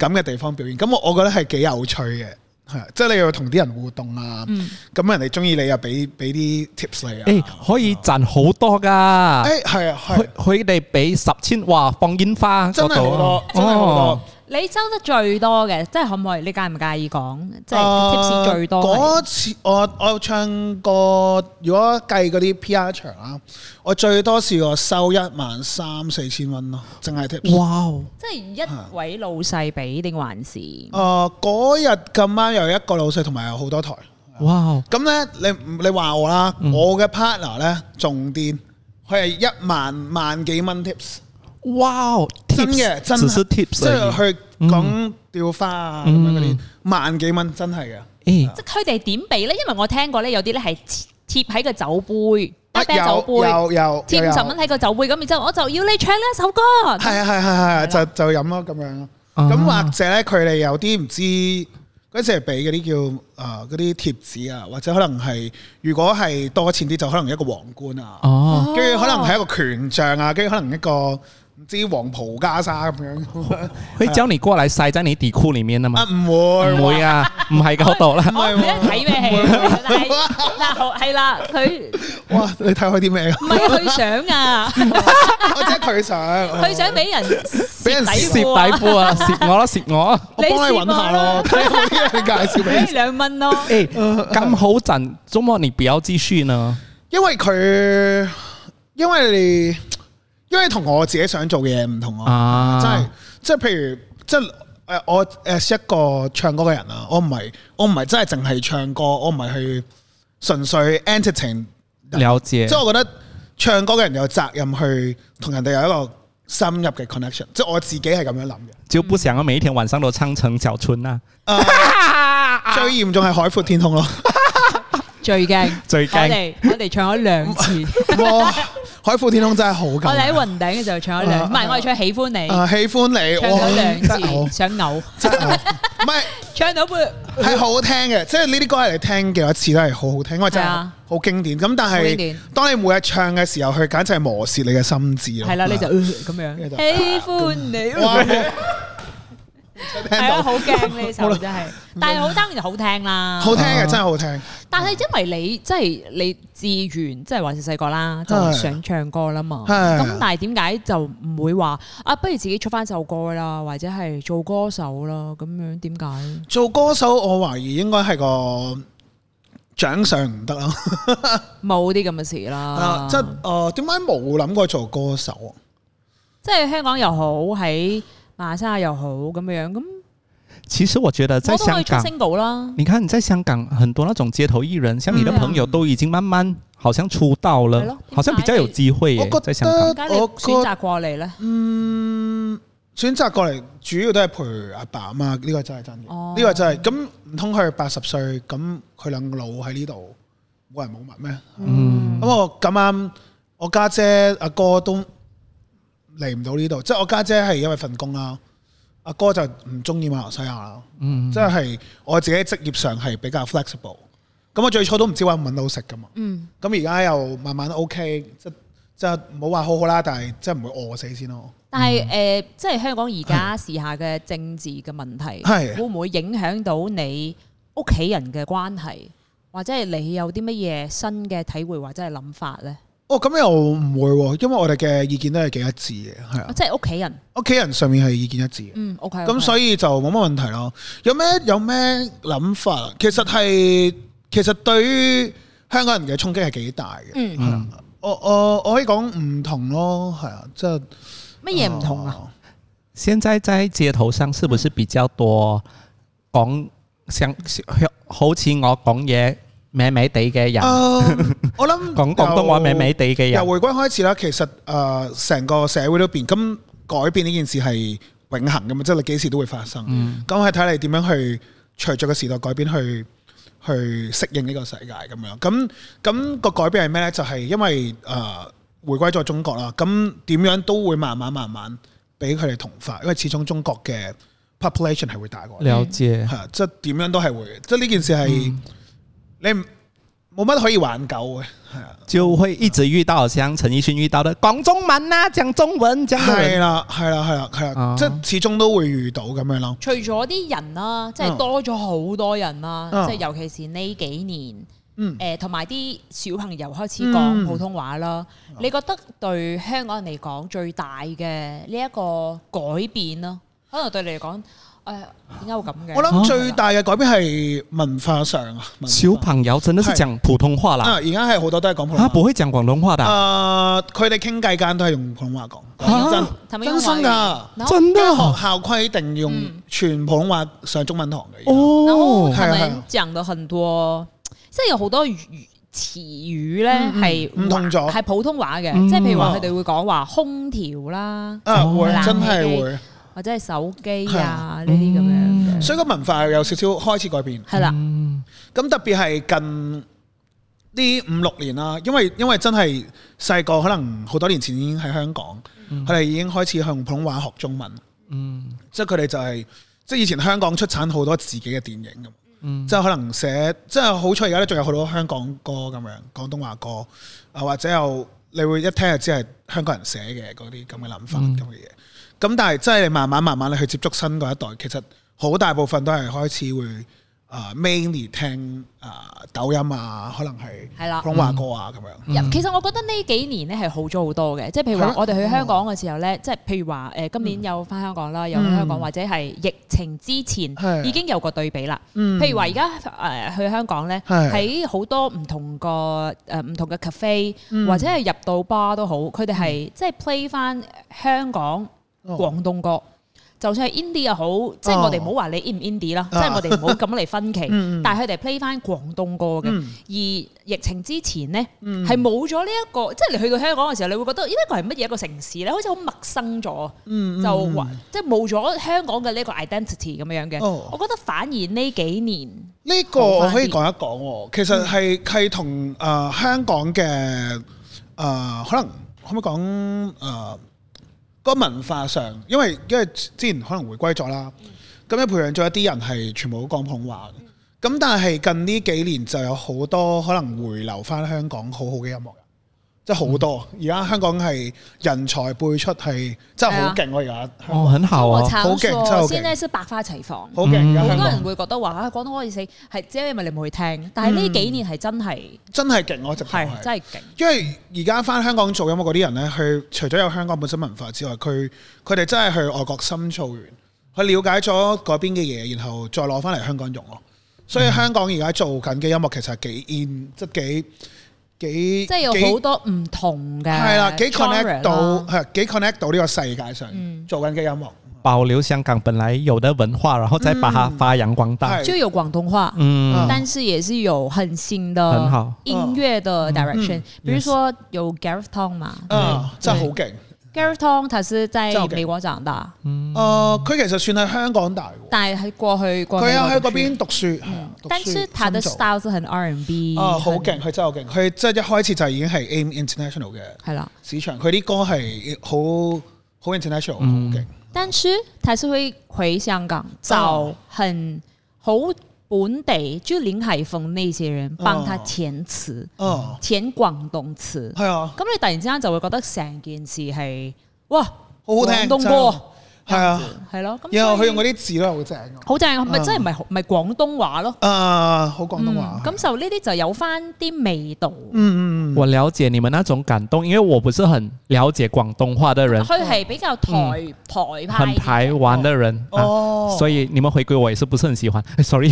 Speaker 2: 咁嘅地方表演。咁我我覺得係幾有趣嘅，係啊即係你要同啲人互動啊，
Speaker 3: 嗯
Speaker 2: 咁人哋中意你又俾俾啲 tips 你啊，
Speaker 1: 哎，可以賺好多噶，
Speaker 2: 誒係啊
Speaker 1: 佢
Speaker 2: 係，
Speaker 1: 佢哋俾十千，哇，放煙花
Speaker 2: 真
Speaker 1: 嗰
Speaker 2: 係
Speaker 1: 度
Speaker 2: 好多
Speaker 1: 啊，
Speaker 2: 真係好
Speaker 1: 哦
Speaker 2: 多。
Speaker 3: 你收得最多嘅，即係可唔可以？你介唔介意講？即係
Speaker 2: 啊
Speaker 3: tips 最多係
Speaker 2: 嗰次我我唱過，如果計嗰啲 PR 場啦，我最多試過收一萬三四千蚊咯，淨係 tips。
Speaker 1: 哇哦！
Speaker 3: 即係
Speaker 2: 啊
Speaker 3: 一位老細俾定還是？
Speaker 2: 誒呃嗰日咁啱有一個老細同埋有好多台，
Speaker 1: 哇
Speaker 2: 咁咧你你話我啦，
Speaker 3: 嗯
Speaker 2: 我嘅 partner 咧仲癲，佢係一萬萬幾蚊 tips，
Speaker 1: 哇
Speaker 2: 真嘅真
Speaker 1: ，tips
Speaker 2: 啊係
Speaker 1: 只是
Speaker 2: 即
Speaker 1: tips 而已。
Speaker 2: 係去
Speaker 3: 嗯
Speaker 2: 講吊花啊咁樣嗰啲
Speaker 1: 嗯
Speaker 2: 萬幾蚊真係嘅。
Speaker 1: 誒，
Speaker 3: 即係佢哋點俾咧？因為我聽過咧，有啲咧係貼喺個酒杯，
Speaker 2: 啊
Speaker 3: 一啤酒杯，
Speaker 2: 有有有
Speaker 3: 貼
Speaker 2: 有
Speaker 3: 五十蚊喺個酒杯咁，然之後我就要你唱呢一首歌。
Speaker 2: 係啊係啊係啊係啊，就就飲咯咁樣咯。
Speaker 1: 啊
Speaker 2: 咁或者咧，佢哋有啲唔知嗰陣時係俾嗰啲叫啊嗰啲貼紙啊，或者可能係如果係多錢啲就可能一個皇冠啊，
Speaker 1: 哦，
Speaker 2: 跟住可能係一個權杖啊，跟住可能一個唔知黃袍袈裟咁樣。
Speaker 1: 会叫你过来塞在你底裤里面的
Speaker 2: 啊，
Speaker 1: 吗？
Speaker 2: 唔會，
Speaker 1: 唔会啊，唔系嗰度 啦。
Speaker 3: 我唔記得睇咩戲， 但係嗱好係啦，佢
Speaker 2: 哇！你睇開啲咩？
Speaker 3: 唔係佢想啊，
Speaker 2: 我即係佢想，
Speaker 3: 佢想俾人
Speaker 2: 俾人
Speaker 1: 摄
Speaker 3: 蝕
Speaker 1: 底
Speaker 3: 底褲啊
Speaker 1: 裤啊，摄我啦，摄我 啊。
Speaker 2: 我幫你揾下咯，睇下有啲人介紹俾
Speaker 3: 俾
Speaker 2: 你。
Speaker 3: 兩蚊咯。
Speaker 1: 诶，哎咁好阵，周末你不要继续呢？
Speaker 2: 因為佢，因為你，因為同我自己想做嘅嘢唔同啊。
Speaker 1: 啊，
Speaker 2: 即係即係譬如即係誒我誒一個唱歌嘅人啊，我唔係我唔係真係淨係唱歌，我唔係去純粹 entertain 人。
Speaker 1: 了解
Speaker 2: 即。係我覺得唱歌嘅人有責任去同人哋有一個深入嘅 connection，即係我自己係咁樣諗嘅。
Speaker 1: 就不想要每一天晚上都唱成小春啊啦、
Speaker 3: 啊
Speaker 2: 最嚴重係海闊天空咯，
Speaker 3: 最勁，
Speaker 1: 最
Speaker 3: 我
Speaker 1: 驚
Speaker 3: 哋我哋唱咗兩次，
Speaker 2: 哇！海闊天空真係好
Speaker 3: 我哋
Speaker 2: 緊。
Speaker 3: 喺雲頂嘅時 候唱咗兩，唔係我哋唱喜歡你，
Speaker 2: 啊！喜歡你，
Speaker 3: 唱
Speaker 2: 哇
Speaker 3: 咗兩
Speaker 2: 真係好
Speaker 3: 次，想嘔，
Speaker 2: 真係好唔係
Speaker 3: 唱到半
Speaker 2: 係好好聽嘅，即係呢啲歌係你聽幾多次都係好好聽，因為真
Speaker 3: 係
Speaker 2: 係
Speaker 3: 啊
Speaker 2: 好經典。咁但
Speaker 3: 好經
Speaker 2: 係
Speaker 3: 典
Speaker 2: 當你每日唱嘅時候，佢簡直係磨蝕你嘅心智咯。
Speaker 3: 係啦，你就呃咁樣，
Speaker 2: 跟住就
Speaker 3: 喜歡你。
Speaker 2: 哇！
Speaker 3: 系
Speaker 2: 係
Speaker 3: 啊，好驚呢首真係，但係好當然好聽啦。
Speaker 2: 好聽嘅，真係好聽。
Speaker 3: 但係因為你即係你志願，即係還是細個啦，就
Speaker 2: 係
Speaker 3: 係想唱歌啦嘛。
Speaker 2: 係
Speaker 3: 咁但係點解就唔會話啊？不如自己出翻首歌啦，或者係做歌手啦？咁樣點解？
Speaker 2: 做歌手，我懷疑應該係個獎賞唔得啦。
Speaker 3: 冇啲咁嘅事啦
Speaker 2: 啊，。即係誒點解冇諗過做歌手啊？
Speaker 3: 即係香港又好，喺馬來西亞又好咁樣。咁
Speaker 1: 其实我觉得在
Speaker 3: 我都可
Speaker 1: 香
Speaker 3: 以出
Speaker 1: 港，
Speaker 3: single 啦。
Speaker 1: 你看你在香港很多那种街头艺人，像你的
Speaker 3: 嗯
Speaker 1: 朋友都已经慢慢好像出道
Speaker 3: 对咯
Speaker 1: 了，好像比较有机会耶
Speaker 2: 我，
Speaker 1: 在
Speaker 2: 覺
Speaker 1: 香港
Speaker 2: 得
Speaker 3: 點解你選擇過嚟咧？
Speaker 2: 嗯，選擇過嚟主要都係陪阿爸阿媽，呢個真係真嘅。
Speaker 3: 哦
Speaker 2: 呢個真係咁唔通佢八十歲，咁佢兩個老喺呢度冇人冇物咩？
Speaker 1: 嗯
Speaker 2: 咁我咁啱，我家姐阿哥都嚟唔到呢度，即係我家姐係因為份工啦，阿哥就唔中意馬來西亞啦，
Speaker 1: 嗯
Speaker 2: 即係我自己職業上係比較 flexible。咁我最初都唔知揾唔揾到食噶嘛，
Speaker 3: 嗯，
Speaker 2: 咁而家又慢慢 OK，即即係唔好話好好啦，但係即係唔會餓死先咯。
Speaker 3: 但係誒、呃即係香港而家時下嘅政治嘅問題，
Speaker 2: 係
Speaker 3: 會唔會影響到你屋企人嘅關係，或者係你有啲乜嘢新嘅體會或者係諗法咧？
Speaker 2: 哦，咁又唔會喎，因為我哋嘅意見都係幾一致嘅，係啊，
Speaker 3: 即係屋企人，
Speaker 2: 屋企人上面係意見一致嘅。
Speaker 3: 嗯，OK，
Speaker 2: 咁所
Speaker 3: 以
Speaker 2: 以就冇乜問題咯。有咩有咩諗法？啊其實係其實對於香港人嘅衝擊係幾大嘅。
Speaker 3: 嗯，
Speaker 1: 嗯，
Speaker 2: 我我我可以講唔同咯，係啊，即係
Speaker 3: 乜嘢唔同啊？？
Speaker 1: 现在在街头上是不是比较多讲像好似我讲嘢美美地嘅人，
Speaker 2: 啊我 諗
Speaker 1: 讲广东话美美地嘅
Speaker 2: 由
Speaker 1: 人，
Speaker 2: 回歸開始啦，其實誒成、個社會都變，咁改變呢件事係永恆噶嘛，即係你幾時都會發生。
Speaker 1: 嗯
Speaker 2: 咁係睇你點樣去隨着個時代改變去去適應呢個世界咁樣。咁咁、個改變係咩呢？就係、因為誒、呃回歸咗中國啦，咁點樣都會慢慢慢慢俾佢哋同化，因為始終中國嘅 population 係會大過我哋。
Speaker 1: 了解，嗯
Speaker 2: 係啊即係點樣都係會，即係呢件事係、你唔冇乜可以挽救嘅，係啊。
Speaker 1: 就会一直遇到像陈奕迅遇到的讲中文啦、讲中文，讲中
Speaker 2: 係
Speaker 1: 文。
Speaker 2: 啦，係啦，係啦，係啦，
Speaker 1: 啊
Speaker 2: 即係始終都會遇到咁樣咯。
Speaker 3: 除咗啲人啦，即係
Speaker 2: 嗯
Speaker 3: 多咗好多人啦，
Speaker 2: 嗯
Speaker 3: 即係尤其是呢幾年。
Speaker 2: 嗯，
Speaker 3: 誒同埋啲小朋友開始
Speaker 2: 嗯啊
Speaker 3: 講普通話啦，你覺得對香港人嚟講最大嘅呢一個改變啦，可能對你嚟講，誒點解會咁嘅？
Speaker 2: 我諗最大嘅改變係文化上啊，文
Speaker 1: 啊
Speaker 2: 化
Speaker 1: 小朋友真的是讲普通话
Speaker 2: 啊，
Speaker 1: 啦，
Speaker 2: 而家係好多都係講普
Speaker 1: 他
Speaker 2: 通
Speaker 1: 不
Speaker 2: 話。
Speaker 1: 会讲广东话的啊。
Speaker 2: 啊，佢哋傾偈間都係用普通話講，講
Speaker 1: 嚇
Speaker 3: 係
Speaker 2: 真真
Speaker 3: 咪用
Speaker 2: 心
Speaker 3: 華語
Speaker 2: 㗎。
Speaker 3: No？
Speaker 1: 真的
Speaker 2: 因為學
Speaker 1: 哦
Speaker 2: 校規定用
Speaker 3: 嗯
Speaker 2: 全普通話上中文堂嘅。
Speaker 1: 哦
Speaker 3: 然後
Speaker 2: 係啊
Speaker 3: 他
Speaker 2: 係
Speaker 3: 們
Speaker 2: 啊
Speaker 3: 講到很多，即係有好多語詞語咧係
Speaker 2: 嗯唔同咗
Speaker 3: 係普通話嘅，
Speaker 1: 嗯
Speaker 3: 即係譬如話
Speaker 2: 啊
Speaker 3: 佢哋會講話空調啦，
Speaker 2: 啊，
Speaker 1: 哦
Speaker 2: 會
Speaker 3: 冷氣
Speaker 2: 真係會，
Speaker 3: 或者係手機
Speaker 2: 係
Speaker 3: 啊
Speaker 2: 啊
Speaker 3: 呢啲咁樣嘅，
Speaker 2: 所以個文化有少少開始改變。
Speaker 3: 係啦，
Speaker 1: 嗯
Speaker 2: 咁特別係近呢五六年啦，因為因為真係細個可能好多年前已經喺香港，佢哋、已經開始向普通話學中文，
Speaker 1: 嗯
Speaker 2: 即係佢哋就係、即係以前香港出產好多自己嘅電影咁，
Speaker 1: 嗯
Speaker 2: 即係可能寫即係好彩而家咧仲有好多香港歌咁樣廣東話歌啊，或者有你會一聽就知係香港人寫嘅嗰啲咁嘅諗法
Speaker 1: 嗯
Speaker 2: 咁嘅嘢。咁但係即係你慢慢慢慢你去接觸新嗰一代，其實好大部分都係開始會啊 mainly 聽啊抖音啊，可能係
Speaker 3: 係啦
Speaker 2: 普通話歌啊咁樣。
Speaker 1: 嗯
Speaker 3: 其實我覺得呢幾年咧係好咗好多嘅，即係譬如
Speaker 2: 係
Speaker 3: 話
Speaker 2: 咯
Speaker 3: 我哋去香港嘅時候咧，即係譬如話誒今年有翻香港啦，有去香港
Speaker 2: 嗯
Speaker 3: 或者係疫情之前
Speaker 2: 係
Speaker 3: 已經有個對比啦。
Speaker 2: 嗯
Speaker 3: 譬如話而家誒去香港咧，
Speaker 2: 係
Speaker 3: 喺好多唔同個誒唔同嘅 cafe
Speaker 2: 嗯
Speaker 3: 或者係入到 bar 都好，佢哋係即係 play 翻香港
Speaker 2: 哦
Speaker 3: 廣東歌。就算係 indie 又好，即係
Speaker 2: 哦啊
Speaker 3: 我哋唔好話你 in 唔 indie 啦，即係我哋唔好咁嚟分 歧。但係佢哋 play 翻廣東歌嘅，
Speaker 2: 嗯
Speaker 3: 而疫情之前呢，係冇咗呢一個，即係你去到香港嘅時候，你會覺得呢一個係乜嘢一個城市咧，好似好陌生咗，
Speaker 2: 嗯
Speaker 3: 就話即係冇咗香港嘅呢個 identity 咁樣嘅。
Speaker 2: 哦
Speaker 3: 我覺得反而呢幾年
Speaker 2: 呢個我可以講一講喎，其
Speaker 3: 嗯
Speaker 2: 實係係同誒香港嘅誒、呃可能可唔可以講誒、呃個文化上，因為因為之前可能回歸咗啦，
Speaker 3: 嗯
Speaker 2: 咁又培養咗一啲人係全部都講普通話嘅，咁但係近呢幾年就有好多可能回流翻香港好好嘅音樂人，即係好多。
Speaker 3: 嗯
Speaker 2: 而家香港係人才輩出係真係
Speaker 3: 啊
Speaker 2: 好勁喎，而家香
Speaker 1: 哦，
Speaker 2: 港
Speaker 1: 很好
Speaker 3: 我
Speaker 1: 哦，
Speaker 3: 炒
Speaker 2: 好勁真係好勁
Speaker 3: 作先咧，先百花齊放。
Speaker 2: 好勁，而家
Speaker 3: 好
Speaker 2: 香
Speaker 3: 多人
Speaker 2: 港
Speaker 3: 會覺得話啊，廣東可以死，係只係因為你冇去聽。但係呢幾年係真係
Speaker 2: 真係勁，我直頭
Speaker 3: 係
Speaker 2: 嗯係。
Speaker 3: 真係勁。
Speaker 2: 因為而家翻香港做音樂嗰啲人呢，佢除咗有香港本身文化之外，佢佢哋真係去外國深造完，去了解咗嗰邊嘅嘢，然後再攞翻嚟香港用咯。所以香港而家做緊嘅音樂其實係幾 in，即係幾幾
Speaker 3: 即係有好
Speaker 2: 幾
Speaker 3: 多唔同嘅
Speaker 2: 係啦，幾
Speaker 3: genre
Speaker 2: connect
Speaker 3: 啦嗯
Speaker 2: 到係幾 connect 到呢個世界上、做緊嘅音樂。
Speaker 1: 保留香港本來有的文化，然后再把它发扬光大。
Speaker 2: 嗯
Speaker 3: 就有廣東話，
Speaker 1: 嗯
Speaker 2: 嗯
Speaker 3: 但是也是有很新的
Speaker 1: 很好
Speaker 3: 音樂的 direction，、
Speaker 2: 嗯
Speaker 3: 比如說有 Gareth Tong 嘛、
Speaker 2: 啊，真係好勁！
Speaker 3: g a r e t Tong 他是在
Speaker 2: 真係好勁
Speaker 3: 美國長大，
Speaker 2: 啊，佢其實算係香港大喎，
Speaker 3: 但係過去過
Speaker 2: 佢
Speaker 3: 美
Speaker 2: 有
Speaker 3: 國
Speaker 2: 喺嗰
Speaker 3: 讀書
Speaker 2: 邊讀書，係啊讀
Speaker 3: 嗯但
Speaker 2: 書
Speaker 3: 是他的
Speaker 2: 深造
Speaker 3: style 是很 R&B，
Speaker 2: 啊，好
Speaker 3: 很
Speaker 2: 勁！，佢真係好勁，佢即係一開始就已經係 aim international 嘅
Speaker 3: 係啦。
Speaker 2: 市場，佢啲歌係好好 international，好勁。
Speaker 1: 嗯
Speaker 3: 但是他是會回香港找
Speaker 2: 哦
Speaker 3: 很好本地，就林海峰那些人幫他填詞、
Speaker 2: 哦，
Speaker 3: 填廣東詞。
Speaker 2: 係啊，
Speaker 3: 咁你突然之間就會覺得成件事係哇，好
Speaker 2: 好聽
Speaker 3: 廣東
Speaker 2: 真係
Speaker 3: 歌
Speaker 2: 係啊，
Speaker 3: 係咯。咁
Speaker 2: 然後佢用嗰
Speaker 3: 啲
Speaker 2: 啲字都係好正㗎
Speaker 3: 好正，咪
Speaker 2: 嗯
Speaker 3: 真係咪咪廣東話咯？
Speaker 2: 啊，好廣東話
Speaker 3: 嗯。咁就呢啲就有翻啲味道。
Speaker 2: 嗯嗯嗯，
Speaker 1: 我了解你们那种感动，因为我不是很了解广东话的人，
Speaker 3: 佢係比較台台派
Speaker 1: 很
Speaker 3: 啲，
Speaker 1: 台湾的人啊，
Speaker 2: 哦
Speaker 1: 所以你们回归我也是不是很喜欢。Sorry，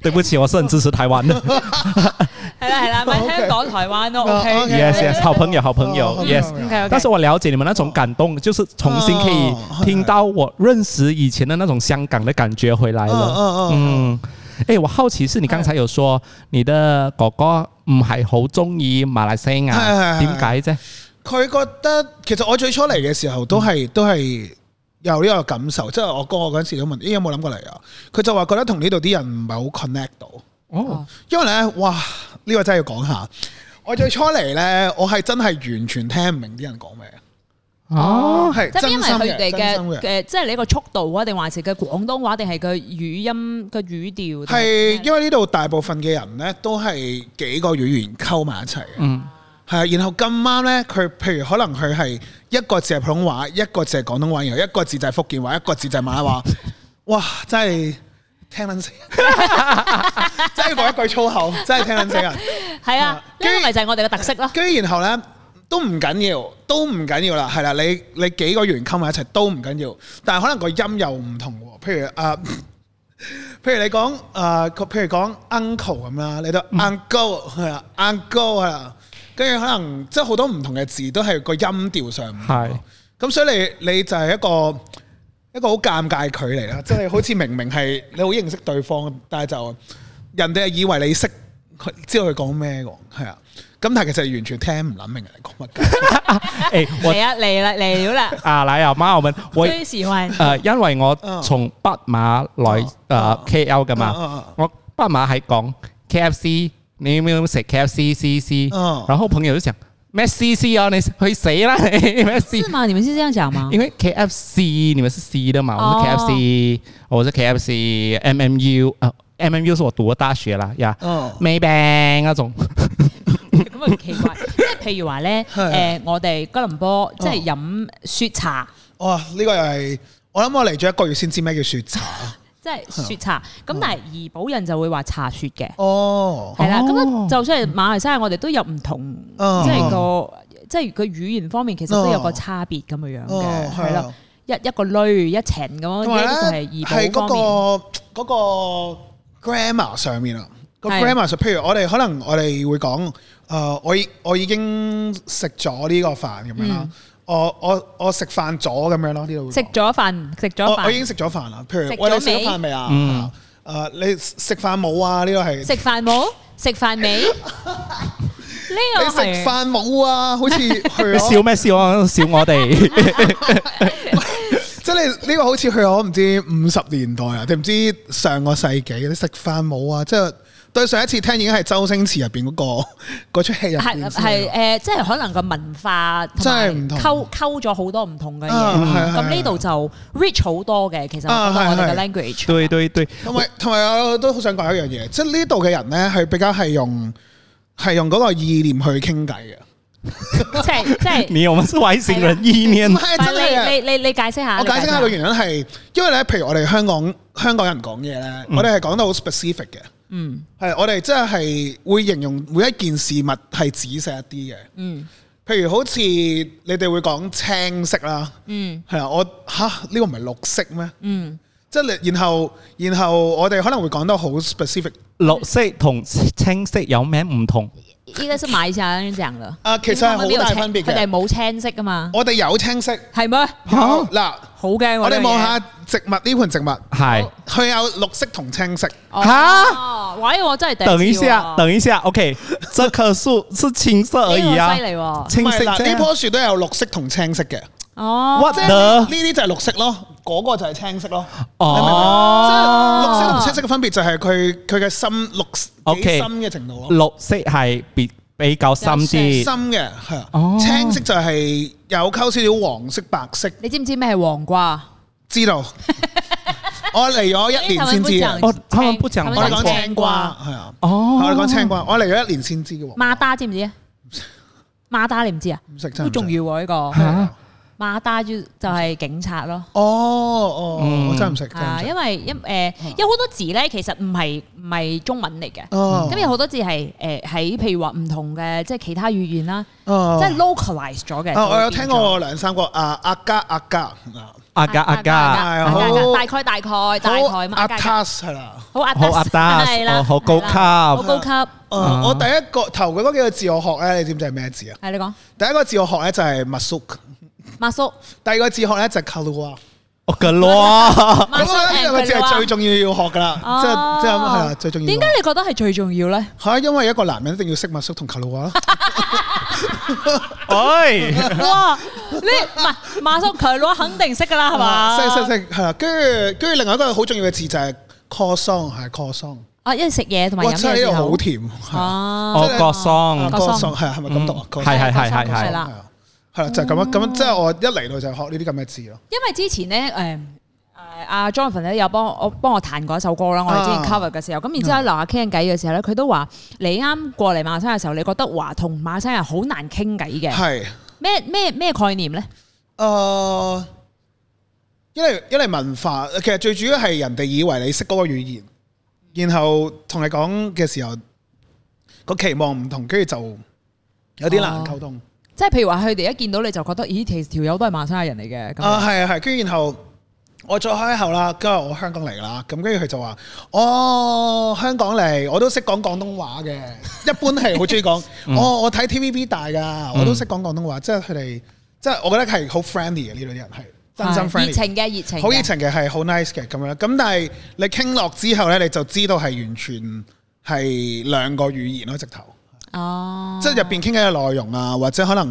Speaker 1: 对不起，我是很支持台 湾的。
Speaker 3: 係啦係啦，咪
Speaker 2: OK
Speaker 3: 香港、台灣咯。
Speaker 2: 啊
Speaker 3: OK，
Speaker 2: OK
Speaker 1: Yes Yes，好朋友，好朋
Speaker 2: 哦
Speaker 1: 友
Speaker 2: 好朋友
Speaker 1: ，Yes。
Speaker 3: OK
Speaker 1: 但是
Speaker 3: OK。
Speaker 1: 我了解你们那种感动，就是重新可以
Speaker 2: 哦
Speaker 1: 听到我认识以前的那种香港的感觉回来
Speaker 2: 嗯
Speaker 1: 了。
Speaker 2: 嗯嗯，
Speaker 1: 嗯，诶，我好奇是你剛才有說你的哥哥唔係好中意馬來西
Speaker 2: 係係
Speaker 1: 亞，
Speaker 2: 係
Speaker 1: 點解啫？
Speaker 2: 佢覺得其實我最初嚟嘅時候都係都係。有呢個感受，即係我哥我嗰陣時都問，咦有冇諗過嚟啊？佢就話覺得同呢度啲人唔係好 connect 到，
Speaker 1: 哦，
Speaker 2: 因為咧，哇，呢、個真係要講下。我最初嚟咧，我係真係完全聽唔明啲人講咩，
Speaker 1: 哦，
Speaker 2: 係
Speaker 3: 即係
Speaker 2: 真
Speaker 3: 因為
Speaker 2: 心
Speaker 3: 佢
Speaker 2: 嘅，
Speaker 3: 哋
Speaker 2: 真心
Speaker 3: 嘅
Speaker 2: 嘅。
Speaker 3: 嘅，即係你個速度啊，定還是佢廣東話，定係佢語音個語調？
Speaker 2: 係因為呢度大部分嘅人咧，都係幾個語言溝埋一齊嘅，
Speaker 1: 嗯，
Speaker 2: 係啊然後咁啱咧，佢譬如可能佢係一個字係普通話，一個字係廣東話，然後一個字就係福建話，一個字就係馬來話。哇！真係聽撚死人， 真係講一句粗口，真係聽撚死人。
Speaker 3: 係啊，呢
Speaker 2: 跟
Speaker 3: 個
Speaker 2: 住
Speaker 3: 咪就係我哋嘅特色咯。
Speaker 2: 跟住然後呢，都唔緊要，都唔緊要啦，係啦，你你幾個元溝埋一齊都唔緊要，但係可能個音又唔同喎，譬如啊。 譬如你講誒、呃譬如講 uncle 咁啦，你都 uncle 係啦，uncle 係啦，跟住可能即係好多唔同嘅字都係個音調上唔同
Speaker 1: 係
Speaker 2: 喎，咁所以你你就係一個一個好尷尬嘅距離啦，即係好似明明係你好認識對方，但係就人哋係以為你識佢知道佢講咩喎，係啊，咁但係其實完全聽唔諗明人哋講乜嘅，
Speaker 1: 诶，我
Speaker 3: 嚟啊嚟啦嚟了啦，
Speaker 1: 啊，來啊，媽，我們我
Speaker 3: 最喜 歡。
Speaker 1: 诶，因為我從北馬來诶 K L 噶
Speaker 2: 嗯嗯
Speaker 1: 嘛
Speaker 2: 嗯，
Speaker 1: 我北馬係講 K F C，你有冇食 K F C C C？
Speaker 2: 嗯
Speaker 1: 然後朋友就想咩 C C 哦，你去死啦你咩 C？
Speaker 3: 是嗎？你們是這樣講嗎
Speaker 1: 因？为 KFC 你们是 C 的嘛，我是
Speaker 3: 哦
Speaker 1: KFC，、我是 KFC MMU 啊、MMU 是我读的大学啦呀、
Speaker 2: 哦
Speaker 1: Maybank 那种，
Speaker 3: 咁啊奇 怪，即係譬如話咧，
Speaker 2: 係哦
Speaker 3: 誒我哋吉隆坡即係飲雪茶，
Speaker 2: 哇！呢個又係我諗我嚟咗一個月先知咩叫雪茶。
Speaker 3: 即係雪茶。咁但係怡保人就會話茶雪嘅，
Speaker 2: 啊哦，
Speaker 3: 係啦。
Speaker 1: 哦
Speaker 3: 咁啊就算係馬來西亞，我哋都有唔同，
Speaker 2: 哦
Speaker 3: 即係個即係個語言方面其實都有個差別咁樣樣
Speaker 2: 哦
Speaker 3: 嘅，，係
Speaker 2: 係
Speaker 3: 啦
Speaker 2: 啦。，
Speaker 3: 一一個類一程咁樣，
Speaker 2: 同
Speaker 3: 哦呢啲就
Speaker 2: 埋
Speaker 3: 係
Speaker 2: 咧
Speaker 3: 怡
Speaker 2: 係
Speaker 3: 保方面。
Speaker 2: 嗰個嗰個 grammar 上面啊，個
Speaker 3: 係
Speaker 2: grammar 上，譬如我哋可能我哋會講，誒，我已我已經食咗呢個飯咁樣啦，我我我食飯咗咁樣咯，呢度會講
Speaker 3: 嗯食咗飯，食咗
Speaker 2: 哦我我已
Speaker 3: 飯，
Speaker 2: 經食咗飯啦。譬如
Speaker 3: 食咗
Speaker 2: 喂，你食咗
Speaker 3: 未
Speaker 2: 飯未啊？
Speaker 1: 嗯
Speaker 2: 誒，你食飯冇啊？呢個係
Speaker 3: 食飯冇，食 飯未？呢
Speaker 2: 你
Speaker 3: 個
Speaker 2: 食
Speaker 3: 啊係
Speaker 2: 飯冇啊？好似去
Speaker 1: 你
Speaker 2: 咗
Speaker 1: 笑咩笑啊？笑我 哋
Speaker 2: 即係呢個好似去我唔知五十年代啊，定唔知上個世紀你食飯冇啊？即係對上一次聽已經係周星馳入邊嗰個 嗰出戲入
Speaker 3: 係
Speaker 2: 邊先啊
Speaker 3: 係
Speaker 2: 係
Speaker 3: 誒，即係可能個文化同埋
Speaker 2: 真係唔同
Speaker 3: 溝溝咗好多唔同嘅
Speaker 2: 啊係
Speaker 3: 嘢，
Speaker 2: 係
Speaker 3: 咁呢度就 rich 好多嘅。其實我覺得我哋嘅
Speaker 2: 啊係
Speaker 3: language
Speaker 1: 對對對，
Speaker 2: 同埋同埋我都好想講一樣嘢，即係呢度嘅人咧係比較係用係用嗰個意念去傾偈嘅，
Speaker 3: 即 係即係，
Speaker 1: 你我們是外星人意念
Speaker 2: 唔，係
Speaker 3: 但
Speaker 2: 真係啊
Speaker 3: 係你你你你解釋下，
Speaker 2: 我解釋下個
Speaker 3: 你
Speaker 2: 原因係，因為咧，譬如我哋香港香港人講嘢咧，我哋係講得好 specific 嘅，
Speaker 3: 嗯
Speaker 2: 係我哋真係會形容每一件事物係仔細一啲嘅。
Speaker 3: 嗯
Speaker 2: 譬如好似你哋會講青色啦，
Speaker 3: 嗯
Speaker 2: 係啊，我吓呢、個唔係綠色咩？
Speaker 3: 嗯，
Speaker 2: 即係你然後然後我哋可能會講得好 specific。
Speaker 1: 綠色同青色有咩唔同？
Speaker 3: 應該是馬來西亞人講嘅。
Speaker 2: 啊其實係好大分別嘅
Speaker 3: 佢哋冇青色噶嘛，
Speaker 2: 我哋有青色，
Speaker 3: 係咩？
Speaker 1: 嚇
Speaker 2: 有嗱，
Speaker 3: 好驚喎
Speaker 2: 我哋望，
Speaker 3: 呢
Speaker 2: 下植物呢盆植物，
Speaker 1: 係。
Speaker 2: 佢有綠色同青色。
Speaker 3: 樣嘢
Speaker 1: 嚇
Speaker 3: 哦喂，我真係第
Speaker 1: 等一
Speaker 3: 次
Speaker 1: 下，
Speaker 3: 喎
Speaker 1: 等一下，OK，这棵树是青色而已 啊
Speaker 2: 哎
Speaker 3: 呢個，犀利喎，
Speaker 1: 青
Speaker 2: 唔係
Speaker 1: 色
Speaker 2: 嗱，
Speaker 1: 啫
Speaker 2: 呢棵樹都有綠色同青色嘅，
Speaker 3: 哦，
Speaker 1: What
Speaker 2: 即係
Speaker 1: the-
Speaker 2: 呢啲就係綠色咯，嗰個就係青色咯。你明唔明
Speaker 1: 哦，
Speaker 2: 綠色同青色嘅分別就係佢佢嘅深綠
Speaker 1: OK
Speaker 2: 幾深嘅程度咯，
Speaker 1: 綠色係比比較深啲，
Speaker 2: 深嘅係
Speaker 1: 哦
Speaker 2: 啊，青色就係有溝少少黃色、白色，
Speaker 3: 你知唔知咩係黃瓜？
Speaker 2: 知道。我嚟咗一年先知嘅，
Speaker 1: 哦他們不講
Speaker 2: 我
Speaker 1: 我們
Speaker 2: 哋講
Speaker 1: 講
Speaker 2: 青瓜，係啊，
Speaker 1: 哦
Speaker 2: 我哋講青瓜，我嚟咗一年先知嘅喎，
Speaker 3: 馬打知唔知啊？馬打你唔知啊？
Speaker 2: 唔食真係唔啊
Speaker 3: 好
Speaker 2: 識
Speaker 3: 重要喎呢個。
Speaker 1: 嚇，
Speaker 3: 馬打就就係警察咯。
Speaker 2: 哦哦，
Speaker 1: 嗯
Speaker 2: 我真係唔食，真
Speaker 3: 啊，
Speaker 2: 係唔
Speaker 3: 因
Speaker 2: 食
Speaker 3: 為因誒
Speaker 2: 啊
Speaker 3: 有好多字咧，其實唔係唔係中文嚟嘅。
Speaker 2: 哦
Speaker 3: 咁有好多字係誒喺譬如話唔同嘅，即係其他語言啦，
Speaker 2: 哦
Speaker 3: 即係 localize 咗嘅。
Speaker 2: 啊，我有
Speaker 3: 就會變咗
Speaker 2: 聽過兩三個啊，阿加阿加啊
Speaker 1: 阿加阿加，
Speaker 2: 係
Speaker 3: 啊阿
Speaker 2: 好
Speaker 3: 加大概大概大
Speaker 2: 好
Speaker 3: 概嘛，
Speaker 2: 阿
Speaker 3: 阿加
Speaker 2: Tas 係啦。
Speaker 3: 好阿
Speaker 1: 好 atas，
Speaker 3: 係啦，
Speaker 1: 哦好高級
Speaker 3: 係啦好高級。係
Speaker 2: 誒，
Speaker 1: 啊
Speaker 2: 我第一個頭嗰幾個字我學咧，你知唔知係咩字啊？
Speaker 3: 你講，
Speaker 2: 第一個字我學咧就係 masuk，
Speaker 3: 馬叔，
Speaker 2: 第二個字學咧就係 kalua。
Speaker 1: 我個咯，
Speaker 3: 馬
Speaker 2: 咁我
Speaker 3: 叔
Speaker 2: 覺得呢兩個字係最重要要學噶啦，即係即係係啦，最重要。
Speaker 3: 哦點解你覺得係最重要咧？
Speaker 2: 嚇，因為一個男人一定要識 masuk 同 kalua 啦。
Speaker 1: 哎，
Speaker 3: 哇！你唔係馬叔強佬肯定識噶 啦，係嘛？
Speaker 2: 啊識識識係啦，跟住跟住另外一個好重要嘅字就係 croissant，係 croissant。
Speaker 3: 啊！一食嘢同埋
Speaker 2: 哇！
Speaker 3: 飲
Speaker 2: 真
Speaker 3: 嘢
Speaker 2: 係
Speaker 3: 時
Speaker 2: 呢
Speaker 3: 候
Speaker 2: 個好甜，係啊
Speaker 3: 啊！
Speaker 1: 我個桑，
Speaker 2: croissant 係啊係咪咁讀啊
Speaker 1: 哦嗯？
Speaker 2: croissant
Speaker 1: 係係係係
Speaker 3: 係
Speaker 1: 係
Speaker 3: 啦
Speaker 2: 係啊，係啦，就係咁樣咁啊樣，即係我一嚟到就係學呢啲咁嘅字咯。
Speaker 3: 因為之前咧誒。誒阿 Jonathan 咧有幫我幫我彈過一首歌啦，我哋之前
Speaker 2: 啊
Speaker 3: cover 嘅時候，咁然之後喺樓下傾緊偈嘅時候咧，佢都話你啱過嚟馬來西亞嘅時候，你覺得華同馬來西亞好難傾偈嘅，
Speaker 2: 係。
Speaker 3: 咩咩咩概念咧？
Speaker 2: 誒、因為因為文化，其實最主要係人哋以為你識嗰個語言，然後同你講嘅時候，個期望唔同，跟住就有啲難溝通。
Speaker 3: 即係譬如話佢哋一見到你就覺得，咦條條友都係馬來西亞人嚟嘅，咁
Speaker 2: 啊，
Speaker 3: 樣
Speaker 2: 係啊係，跟住然後我再開口啦，跟住我香港嚟啦，咁跟住佢就話：哦，香港嚟，我都識講廣東話 嘅，一般係好中意講。
Speaker 3: 嗯
Speaker 2: 哦，我睇 TVB 大㗎，我都識講廣東話，即係佢哋，即係我覺得係好 friendly 嘅呢度啲人係真心
Speaker 3: 係
Speaker 2: friendly
Speaker 3: 熱
Speaker 2: 嘅。
Speaker 3: 情嘅熱情嘅，
Speaker 2: 好熱情嘅係好 nice 嘅咁樣，咁但係你傾落之後咧，你就知道係完全係兩個語言咯，直頭，
Speaker 3: 哦，
Speaker 2: 即係入邊傾偈嘅內容啊，或者可能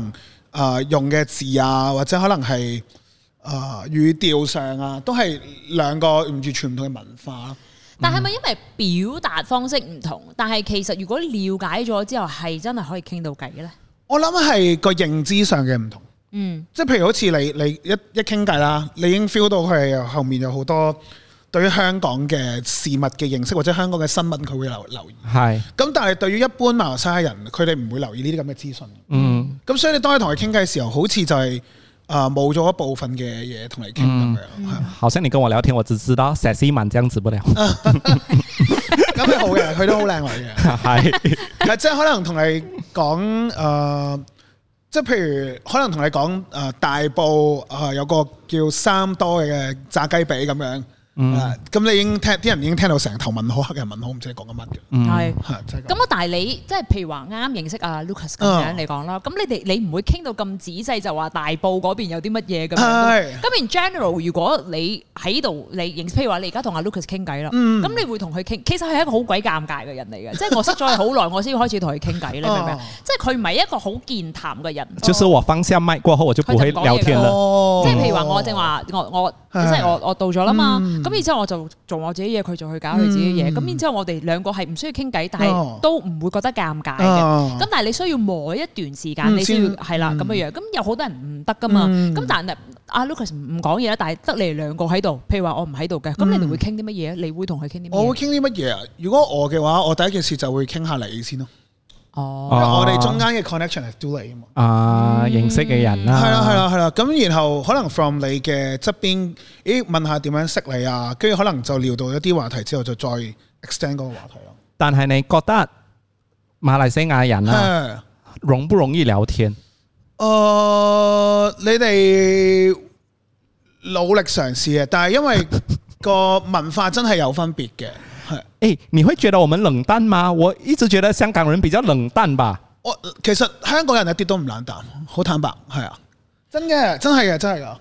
Speaker 2: 啊、呃用嘅字啊，或者可能係啊、呃、語調上啊，都係兩個完全唔同嘅文化咯。
Speaker 3: 但係咪因為表達方式唔同？但係其實如果了解咗之後，係真係可以傾到偈嘅咧。
Speaker 2: 我諗係個認知上嘅唔同，
Speaker 3: 嗯，
Speaker 2: 即係譬如好似你你一一傾偈啦，你已經 feel 到佢係後面有好多對於香港嘅事物嘅認識或者香港嘅新聞，佢會留留意。
Speaker 1: 係，
Speaker 2: 咁但係對於一般馬來西亞人，佢哋唔會留意呢啲咁嘅資訊。
Speaker 1: 嗯，
Speaker 2: 咁所以你當你同佢傾偈嘅時候，好似就係啊冇咗一部分嘅嘢同你傾咁樣，係
Speaker 1: 好像你跟我聊天，我只知道佘詩曼這樣子不 了，
Speaker 2: 咁佢好嘅，佢都好靚女 嘅。
Speaker 1: 係，
Speaker 2: 但係即係可能同你講誒，即係譬如可能同你講誒大埔誒有個叫三多嘅炸雞髀咁樣，啊咁你已經聽啲人已經聽到成頭問號，黑人問號，唔知你講緊乜嘅，
Speaker 1: 嗯，
Speaker 3: 係。
Speaker 2: 係真係
Speaker 3: 咁
Speaker 2: 咁。
Speaker 3: 啊，但係你即係譬如話啱啱認識啊 Lucas 咁
Speaker 2: 嗯
Speaker 3: 樣嚟講啦，咁你哋你唔會傾到咁仔細，就話大埔嗰邊有啲乜嘢咁
Speaker 2: 係
Speaker 3: 樣。咁 in general，如果你喺度你認，譬如話你而家同阿 Lucas 傾偈啦，
Speaker 2: 嗯
Speaker 3: 咁你會同佢傾，其實佢係一個好鬼尷尬嘅人嚟嘅，即係我識咗佢好耐，我先開始同佢傾偈，你明唔明
Speaker 2: 哦
Speaker 3: 啊？即係佢唔係一個好健談嘅人。
Speaker 1: 就是我放下麥過後，我就不會聊天了。
Speaker 2: 哦
Speaker 3: 即係譬如話，我正話我我即
Speaker 2: 係
Speaker 3: 係我我到咗啦嘛，
Speaker 2: 嗯
Speaker 3: 咁然之後我就做我自己嘢，佢就去搞佢自己嘢，咁然之後我哋兩個係唔需要傾偈，但
Speaker 2: 哦
Speaker 3: 係都唔會覺得尷尬嘅。
Speaker 2: 啊
Speaker 3: 咁但係你需要磨一段時間，
Speaker 2: 嗯
Speaker 3: 你先要
Speaker 2: 先
Speaker 3: 係啦咁嘅樣。咁有好多人唔得噶嘛。
Speaker 2: 嗯
Speaker 3: 咁但係阿 Lucas 唔講嘢啦，但係得你哋兩個喺度。譬如話我唔喺度嘅，咁你哋會傾啲乜嘢？你會同佢傾啲乜
Speaker 2: 嗯我會
Speaker 3: 嘢？
Speaker 2: 傾啲乜嘢啊？如果我嘅話，我第一件事就會傾下你先咯。因
Speaker 3: 哦，
Speaker 2: 為
Speaker 1: 哦
Speaker 2: 我哋中間嘅 connection 係 do 你啊嘛。
Speaker 1: 啊，認識嘅人啦，
Speaker 2: 嗯係啦係，啦係啦，咁然後可能 from 你嘅側邊，咦問下點樣識你啊？跟住可能就聊到一啲話題之後，就再 extend 嗰個話題咯。
Speaker 1: 但係你覺得馬來西亞人啊，
Speaker 2: 係，
Speaker 1: 容不容易聊天？
Speaker 2: 誒呃你哋努力嘗試嘅，但係因為個文化真係有分別嘅，係
Speaker 1: 誒，你會覺得我們冷淡嗎？我一直覺得香港人比較冷淡吧。
Speaker 2: 我其實香港人一啲都唔冷淡，好坦白，係啊，真嘅，真係嘅，真係㗎。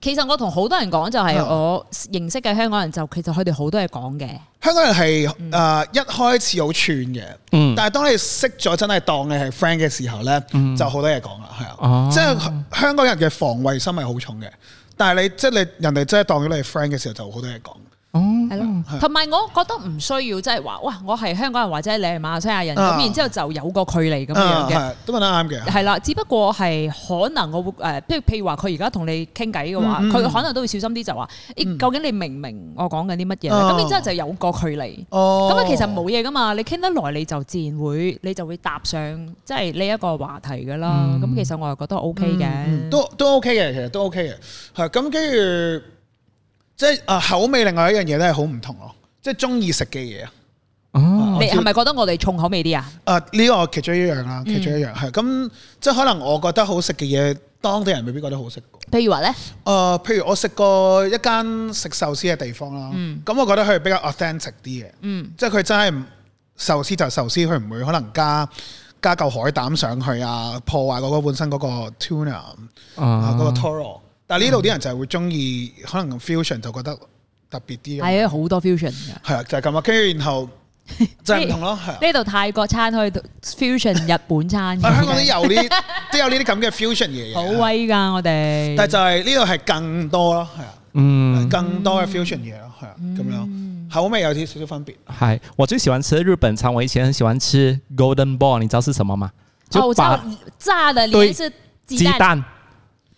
Speaker 3: 其實我同好多人講就係
Speaker 2: 嗯
Speaker 3: 我認識嘅香港人就其實佢哋好多嘢講嘅。
Speaker 2: 香港人係
Speaker 3: 嗯
Speaker 2: 誒、呃一開始好串嘅，
Speaker 1: 嗯
Speaker 2: 但係當你識咗真係當你係 friend 嘅時候呢，就好多嘢講啦，係啊，
Speaker 1: 哦
Speaker 2: 即係香港人嘅防衞心係好重嘅，但係你即係你人哋真係當咗你係 friend 嘅時候，就好多嘢講。
Speaker 1: 哦，
Speaker 3: 係
Speaker 2: 嗯
Speaker 3: 咯，同埋我覺得唔需要即係話，哇！我係香港人或者你係馬來西亞人，
Speaker 2: 啊
Speaker 3: 咁然之後就有個距離咁樣
Speaker 2: 啊
Speaker 3: 嘅。
Speaker 2: 係都問得啱嘅，
Speaker 3: 係啦，只不過係可能我會誒，即係譬如話佢而家同你傾偈嘅話，
Speaker 2: 嗯嗯嗯嗯
Speaker 3: 佢可能都會小心啲，就話：咦，究竟你明唔明我講緊啲乜嘢咧？
Speaker 2: 哦
Speaker 3: 咁然之後就有個距離。
Speaker 2: 哦
Speaker 3: 咁啊，其實冇嘢噶嘛，你傾得耐你就自然會，你就會搭上即係呢一個話題噶啦。
Speaker 2: 嗯
Speaker 3: 咁其實我又覺得 O K 嘅，
Speaker 2: 都都 OK 嘅，其實都 OK 嘅，係咁跟住即係啊口味，另外一樣嘢都係好唔同咯，即係中意食嘅嘢啊。
Speaker 1: 哦，
Speaker 3: 你係咪覺得我哋重口味啲啊？
Speaker 2: 啊，呢個其中一樣啦，其中一樣係咁，即係可能我覺得好食嘅嘢，當地人未必覺得好食。
Speaker 3: 譬如話咧，
Speaker 2: 誒、呃譬如我食過一間食壽司嘅地方啦，咁、我覺得佢係比較 authentic 啲嘅，即係佢真係唔壽司就壽司，佢唔會可能加加嚿海膽上去啊，破壞嗰個本身嗰個 tuna 啊
Speaker 1: 嗯
Speaker 2: 嗰、個 toro。但係呢度啲人就係會中意可能 fusion 就覺得特別啲，係
Speaker 3: 係啊，好多 fusion 嘅。
Speaker 2: 啊，就係咁啊。跟住然後就係唔同咯，係啊。
Speaker 3: 呢度泰國餐去到 fusion 日本餐，
Speaker 2: 啊香港都有 呢都有呢啲咁嘅 fusion 嘢嘅，
Speaker 1: 啊
Speaker 3: 好啊威㗎我哋。
Speaker 2: 但係就係呢度係更多咯，係啊。
Speaker 1: 嗯，
Speaker 2: 更多嘅 fusion 嘢咯，係啊，咁
Speaker 3: 嗯
Speaker 2: 樣口味有啲少少分別。
Speaker 1: 嗨，我最喜歡吃的日本餐，我以前很喜歡吃 Golden Ball，你知道是什麼嗎？
Speaker 3: 哦，
Speaker 1: 就
Speaker 3: 我知道
Speaker 1: 把
Speaker 3: 炸的
Speaker 1: 對
Speaker 3: 連是
Speaker 1: 雞
Speaker 3: 雞蛋
Speaker 1: 蛋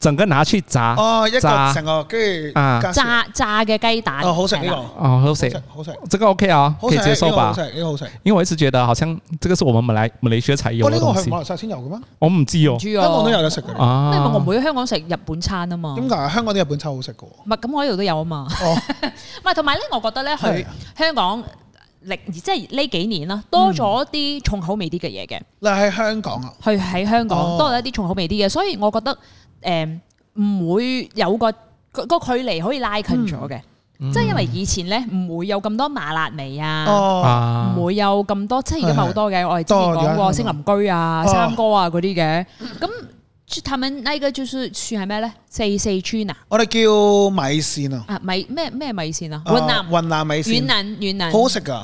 Speaker 1: 整個拿去炸，
Speaker 2: 哦，一個
Speaker 1: 炸
Speaker 2: 成個跟住
Speaker 1: 啊
Speaker 2: 加少
Speaker 3: 啊炸炸嘅雞蛋，
Speaker 2: 哦，好食呢
Speaker 3: 係啦
Speaker 2: 個，
Speaker 1: 哦，好
Speaker 2: 好
Speaker 1: 食
Speaker 2: 食，好食，
Speaker 1: 這個 OK 啊，
Speaker 2: 好
Speaker 1: 可
Speaker 2: 食，
Speaker 1: 以接受
Speaker 2: 呢個好
Speaker 1: 吧
Speaker 2: 食，？呢個好食。
Speaker 1: 因為我一直覺得好像這個是我們馬來馬來西亞才有
Speaker 2: 哦，
Speaker 3: 啊
Speaker 1: 的
Speaker 2: 呢個
Speaker 1: 東
Speaker 2: 係
Speaker 1: 西
Speaker 2: 馬，來西亞先有嘅咩？
Speaker 1: 我唔知哦
Speaker 3: 唔。知
Speaker 2: 香
Speaker 3: 啊
Speaker 2: 港都有得食嘅。
Speaker 1: 啊，
Speaker 3: 因為我妹喺香港食日本餐啊嘛，
Speaker 2: 點解香港啲日本餐好食嘅喎？
Speaker 3: 唔係咁我呢度都有 啊嘛。
Speaker 2: 哦，
Speaker 3: 唔係同埋咧，我覺得咧，
Speaker 2: 係嗯
Speaker 3: 佢香港歷即係呢幾年啦，多咗啲重口味啲嘅嘢嘅，
Speaker 2: 你喺香港啊？
Speaker 3: 去喺香
Speaker 2: 哦
Speaker 3: 港多咗一啲重口味啲嘅，所以我覺得誒唔會有個個個距離可以拉近咗嘅，即係因為以前咧唔會有咁多麻辣味啊。
Speaker 2: 嗯哦，
Speaker 1: 啊，
Speaker 3: 唔會有咁多，即係而家咪好多嘅，我哋之前講過星林居啊、
Speaker 2: 嗯哦
Speaker 3: 三哥啊嗰啲嘅。咁他們呢個就是算係咩咧？四四川啊，
Speaker 2: 我哋叫米線啊，
Speaker 3: 啊米咩咩米線啊？
Speaker 2: 啊
Speaker 3: 雲南、
Speaker 2: 雲南米
Speaker 3: 雲
Speaker 2: 線，
Speaker 3: 南、雲南，
Speaker 2: 好好食㗎。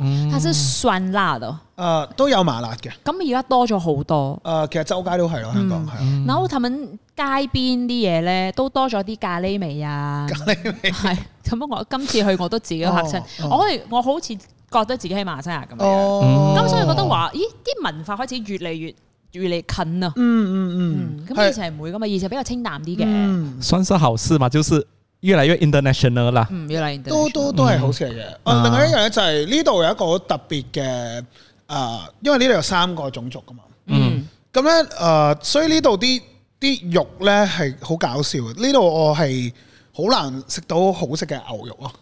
Speaker 1: 嗯
Speaker 3: 它是酸辣的。
Speaker 2: 誒，都有麻辣嘅。
Speaker 3: 咁而家多咗好多，
Speaker 2: 誒，其實周街都係咯，
Speaker 3: 嗯
Speaker 2: 香港係啊。
Speaker 3: 然後他們街邊啲嘢咧都多咗啲咖喱味啊，
Speaker 2: 咖喱味。
Speaker 3: 係咁我今次去我都自己嚇親
Speaker 2: 哦，哦
Speaker 3: 我係我好似覺得自己喺馬來西亞咁樣，
Speaker 2: 哦。
Speaker 3: 咁所以覺得話，咦啲文化開始越嚟越越嚟近啊！
Speaker 2: 嗯，嗯嗯嗯
Speaker 3: 嗯，咁
Speaker 2: 係
Speaker 3: 以前係唔會噶嘛，以前比較清淡啲嘅。
Speaker 2: 嗯。
Speaker 1: 算是好事嘛，就是越嚟越 international 啦。
Speaker 3: 嗯，越嚟越
Speaker 2: 都都都係好事嚟嘅。啊，另外一樣咧就係呢度有一個好特別嘅啊，因為呢度有三個種族噶嘛。
Speaker 3: 嗯
Speaker 2: 咁咧誒，所以呢度啲啲肉咧係好搞笑嘅。呢度我係好難食到好食嘅牛肉咯。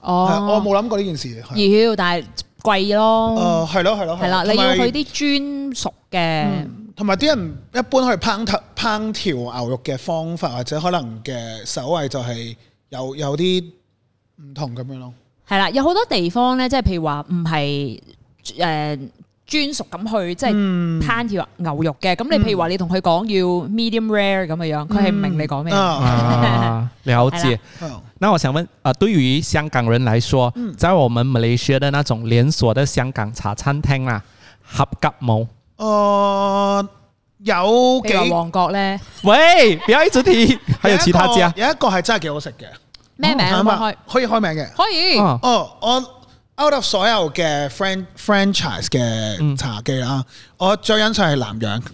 Speaker 2: 係我
Speaker 3: 哦，
Speaker 2: 冇諗過呢件事。係
Speaker 3: 妖，但係貴咯，
Speaker 2: 誒係咯係咯
Speaker 3: 係啦，
Speaker 2: 咯
Speaker 3: 你要
Speaker 2: 同埋嗯
Speaker 3: 去啲專屬嘅，
Speaker 2: 同埋啲人一般去烹調烹調牛肉嘅方法，或者可能嘅手藝就係有有啲唔同咁樣咯。
Speaker 3: 係啦，有好多地方咧，即係譬如話唔係誒。專屬咁去即係
Speaker 2: 嗯
Speaker 3: 攤條牛肉嘅，咁你譬如話你同佢講要 medium rare 咁嘅樣，佢係唔明你講咩。
Speaker 2: 啊，
Speaker 1: 啊，了
Speaker 3: 哎
Speaker 1: 解
Speaker 3: 呀。
Speaker 2: 嗯
Speaker 1: 那我想问啊、呃对于香港人来说，在我们马来西亚的那种连锁的香港茶餐厅啦，合格冇？
Speaker 2: 誒呃有
Speaker 3: 譬如話
Speaker 2: 幾
Speaker 3: 旺角咧，
Speaker 1: 喂，不要一直提， 还有其啊他家
Speaker 2: 有一個有一個係真係幾好食嘅。
Speaker 3: 咩名
Speaker 2: 哦
Speaker 3: 可唔可以開？
Speaker 2: 可以開名嘅。
Speaker 3: 可以，
Speaker 1: 啊，
Speaker 2: 哦，我 out of 所有嘅 fran franchise 嘅
Speaker 3: 嗯
Speaker 2: 茶記啦，我最欣賞係南洋，呢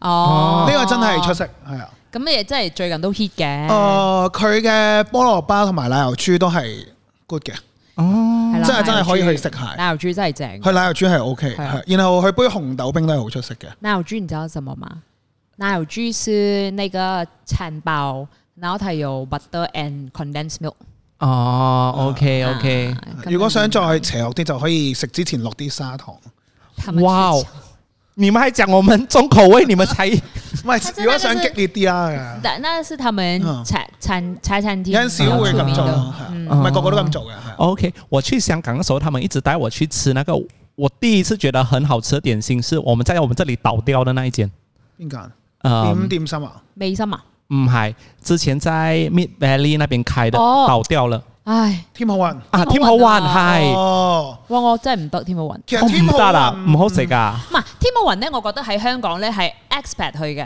Speaker 3: 哦，
Speaker 2: 個真係出。色，係啊。
Speaker 3: 咁你真係最近都 hit 嘅，
Speaker 2: 誒，佢嘅菠蘿包同埋奶油豬都係 good 嘅，
Speaker 1: 哦，
Speaker 3: 係啦
Speaker 2: 真係真係可以去食
Speaker 3: 奶
Speaker 2: 蟹。
Speaker 3: 奶油豬真係正。
Speaker 2: 佢奶油豬係 OK，
Speaker 3: 係啊
Speaker 2: 係然後佢杯紅豆冰都係好啊出色嘅。
Speaker 3: 奶油豬你知道什麼嗎？奶油豬是那個餐包，然後它有 butter and condensed milk。
Speaker 1: 哦，OK OK，
Speaker 3: 啊咁
Speaker 2: 如果
Speaker 3: 樣
Speaker 2: 想再邪惡啲，就可以食之前落啲砂糖。唔
Speaker 3: 他們
Speaker 1: 哇哦
Speaker 3: 去搶
Speaker 1: 你们还讲我们重口味，你们才
Speaker 2: 啊係，如果想激烈啲啊，
Speaker 3: 但那是他們
Speaker 2: 嗯
Speaker 3: 茶餐茶餐廳
Speaker 2: 有陣時會咁做
Speaker 3: 啊比較出
Speaker 2: 咯
Speaker 3: 名的，
Speaker 2: 係啊唔係個個都咁做嘅。係啊
Speaker 1: OK。我去香港的时候，他们一直带我去吃那个我第一次觉得很好吃的点心，是我们在我们这里倒掉的那一间。
Speaker 2: 邊間？
Speaker 1: 呃，
Speaker 2: 點點心啊？
Speaker 3: 美心啊，
Speaker 1: 唔系，之前在 Mid Valley 那边开的，
Speaker 3: 哦
Speaker 1: 倒掉了
Speaker 3: 唉，
Speaker 2: 添好運
Speaker 1: 啊。
Speaker 3: 天
Speaker 1: 天
Speaker 3: 好
Speaker 1: 好
Speaker 3: 運啊
Speaker 1: 玩系。
Speaker 2: 哦。
Speaker 3: 哇，我真係唔得添好啊雲。
Speaker 2: 其
Speaker 1: 我
Speaker 2: 實天
Speaker 1: 唔
Speaker 2: 好
Speaker 1: 得啦，
Speaker 2: 運
Speaker 1: 唔好食啊噶。
Speaker 3: 唔係天母雲咧，我覺得喺香港咧係 expat 去嘅，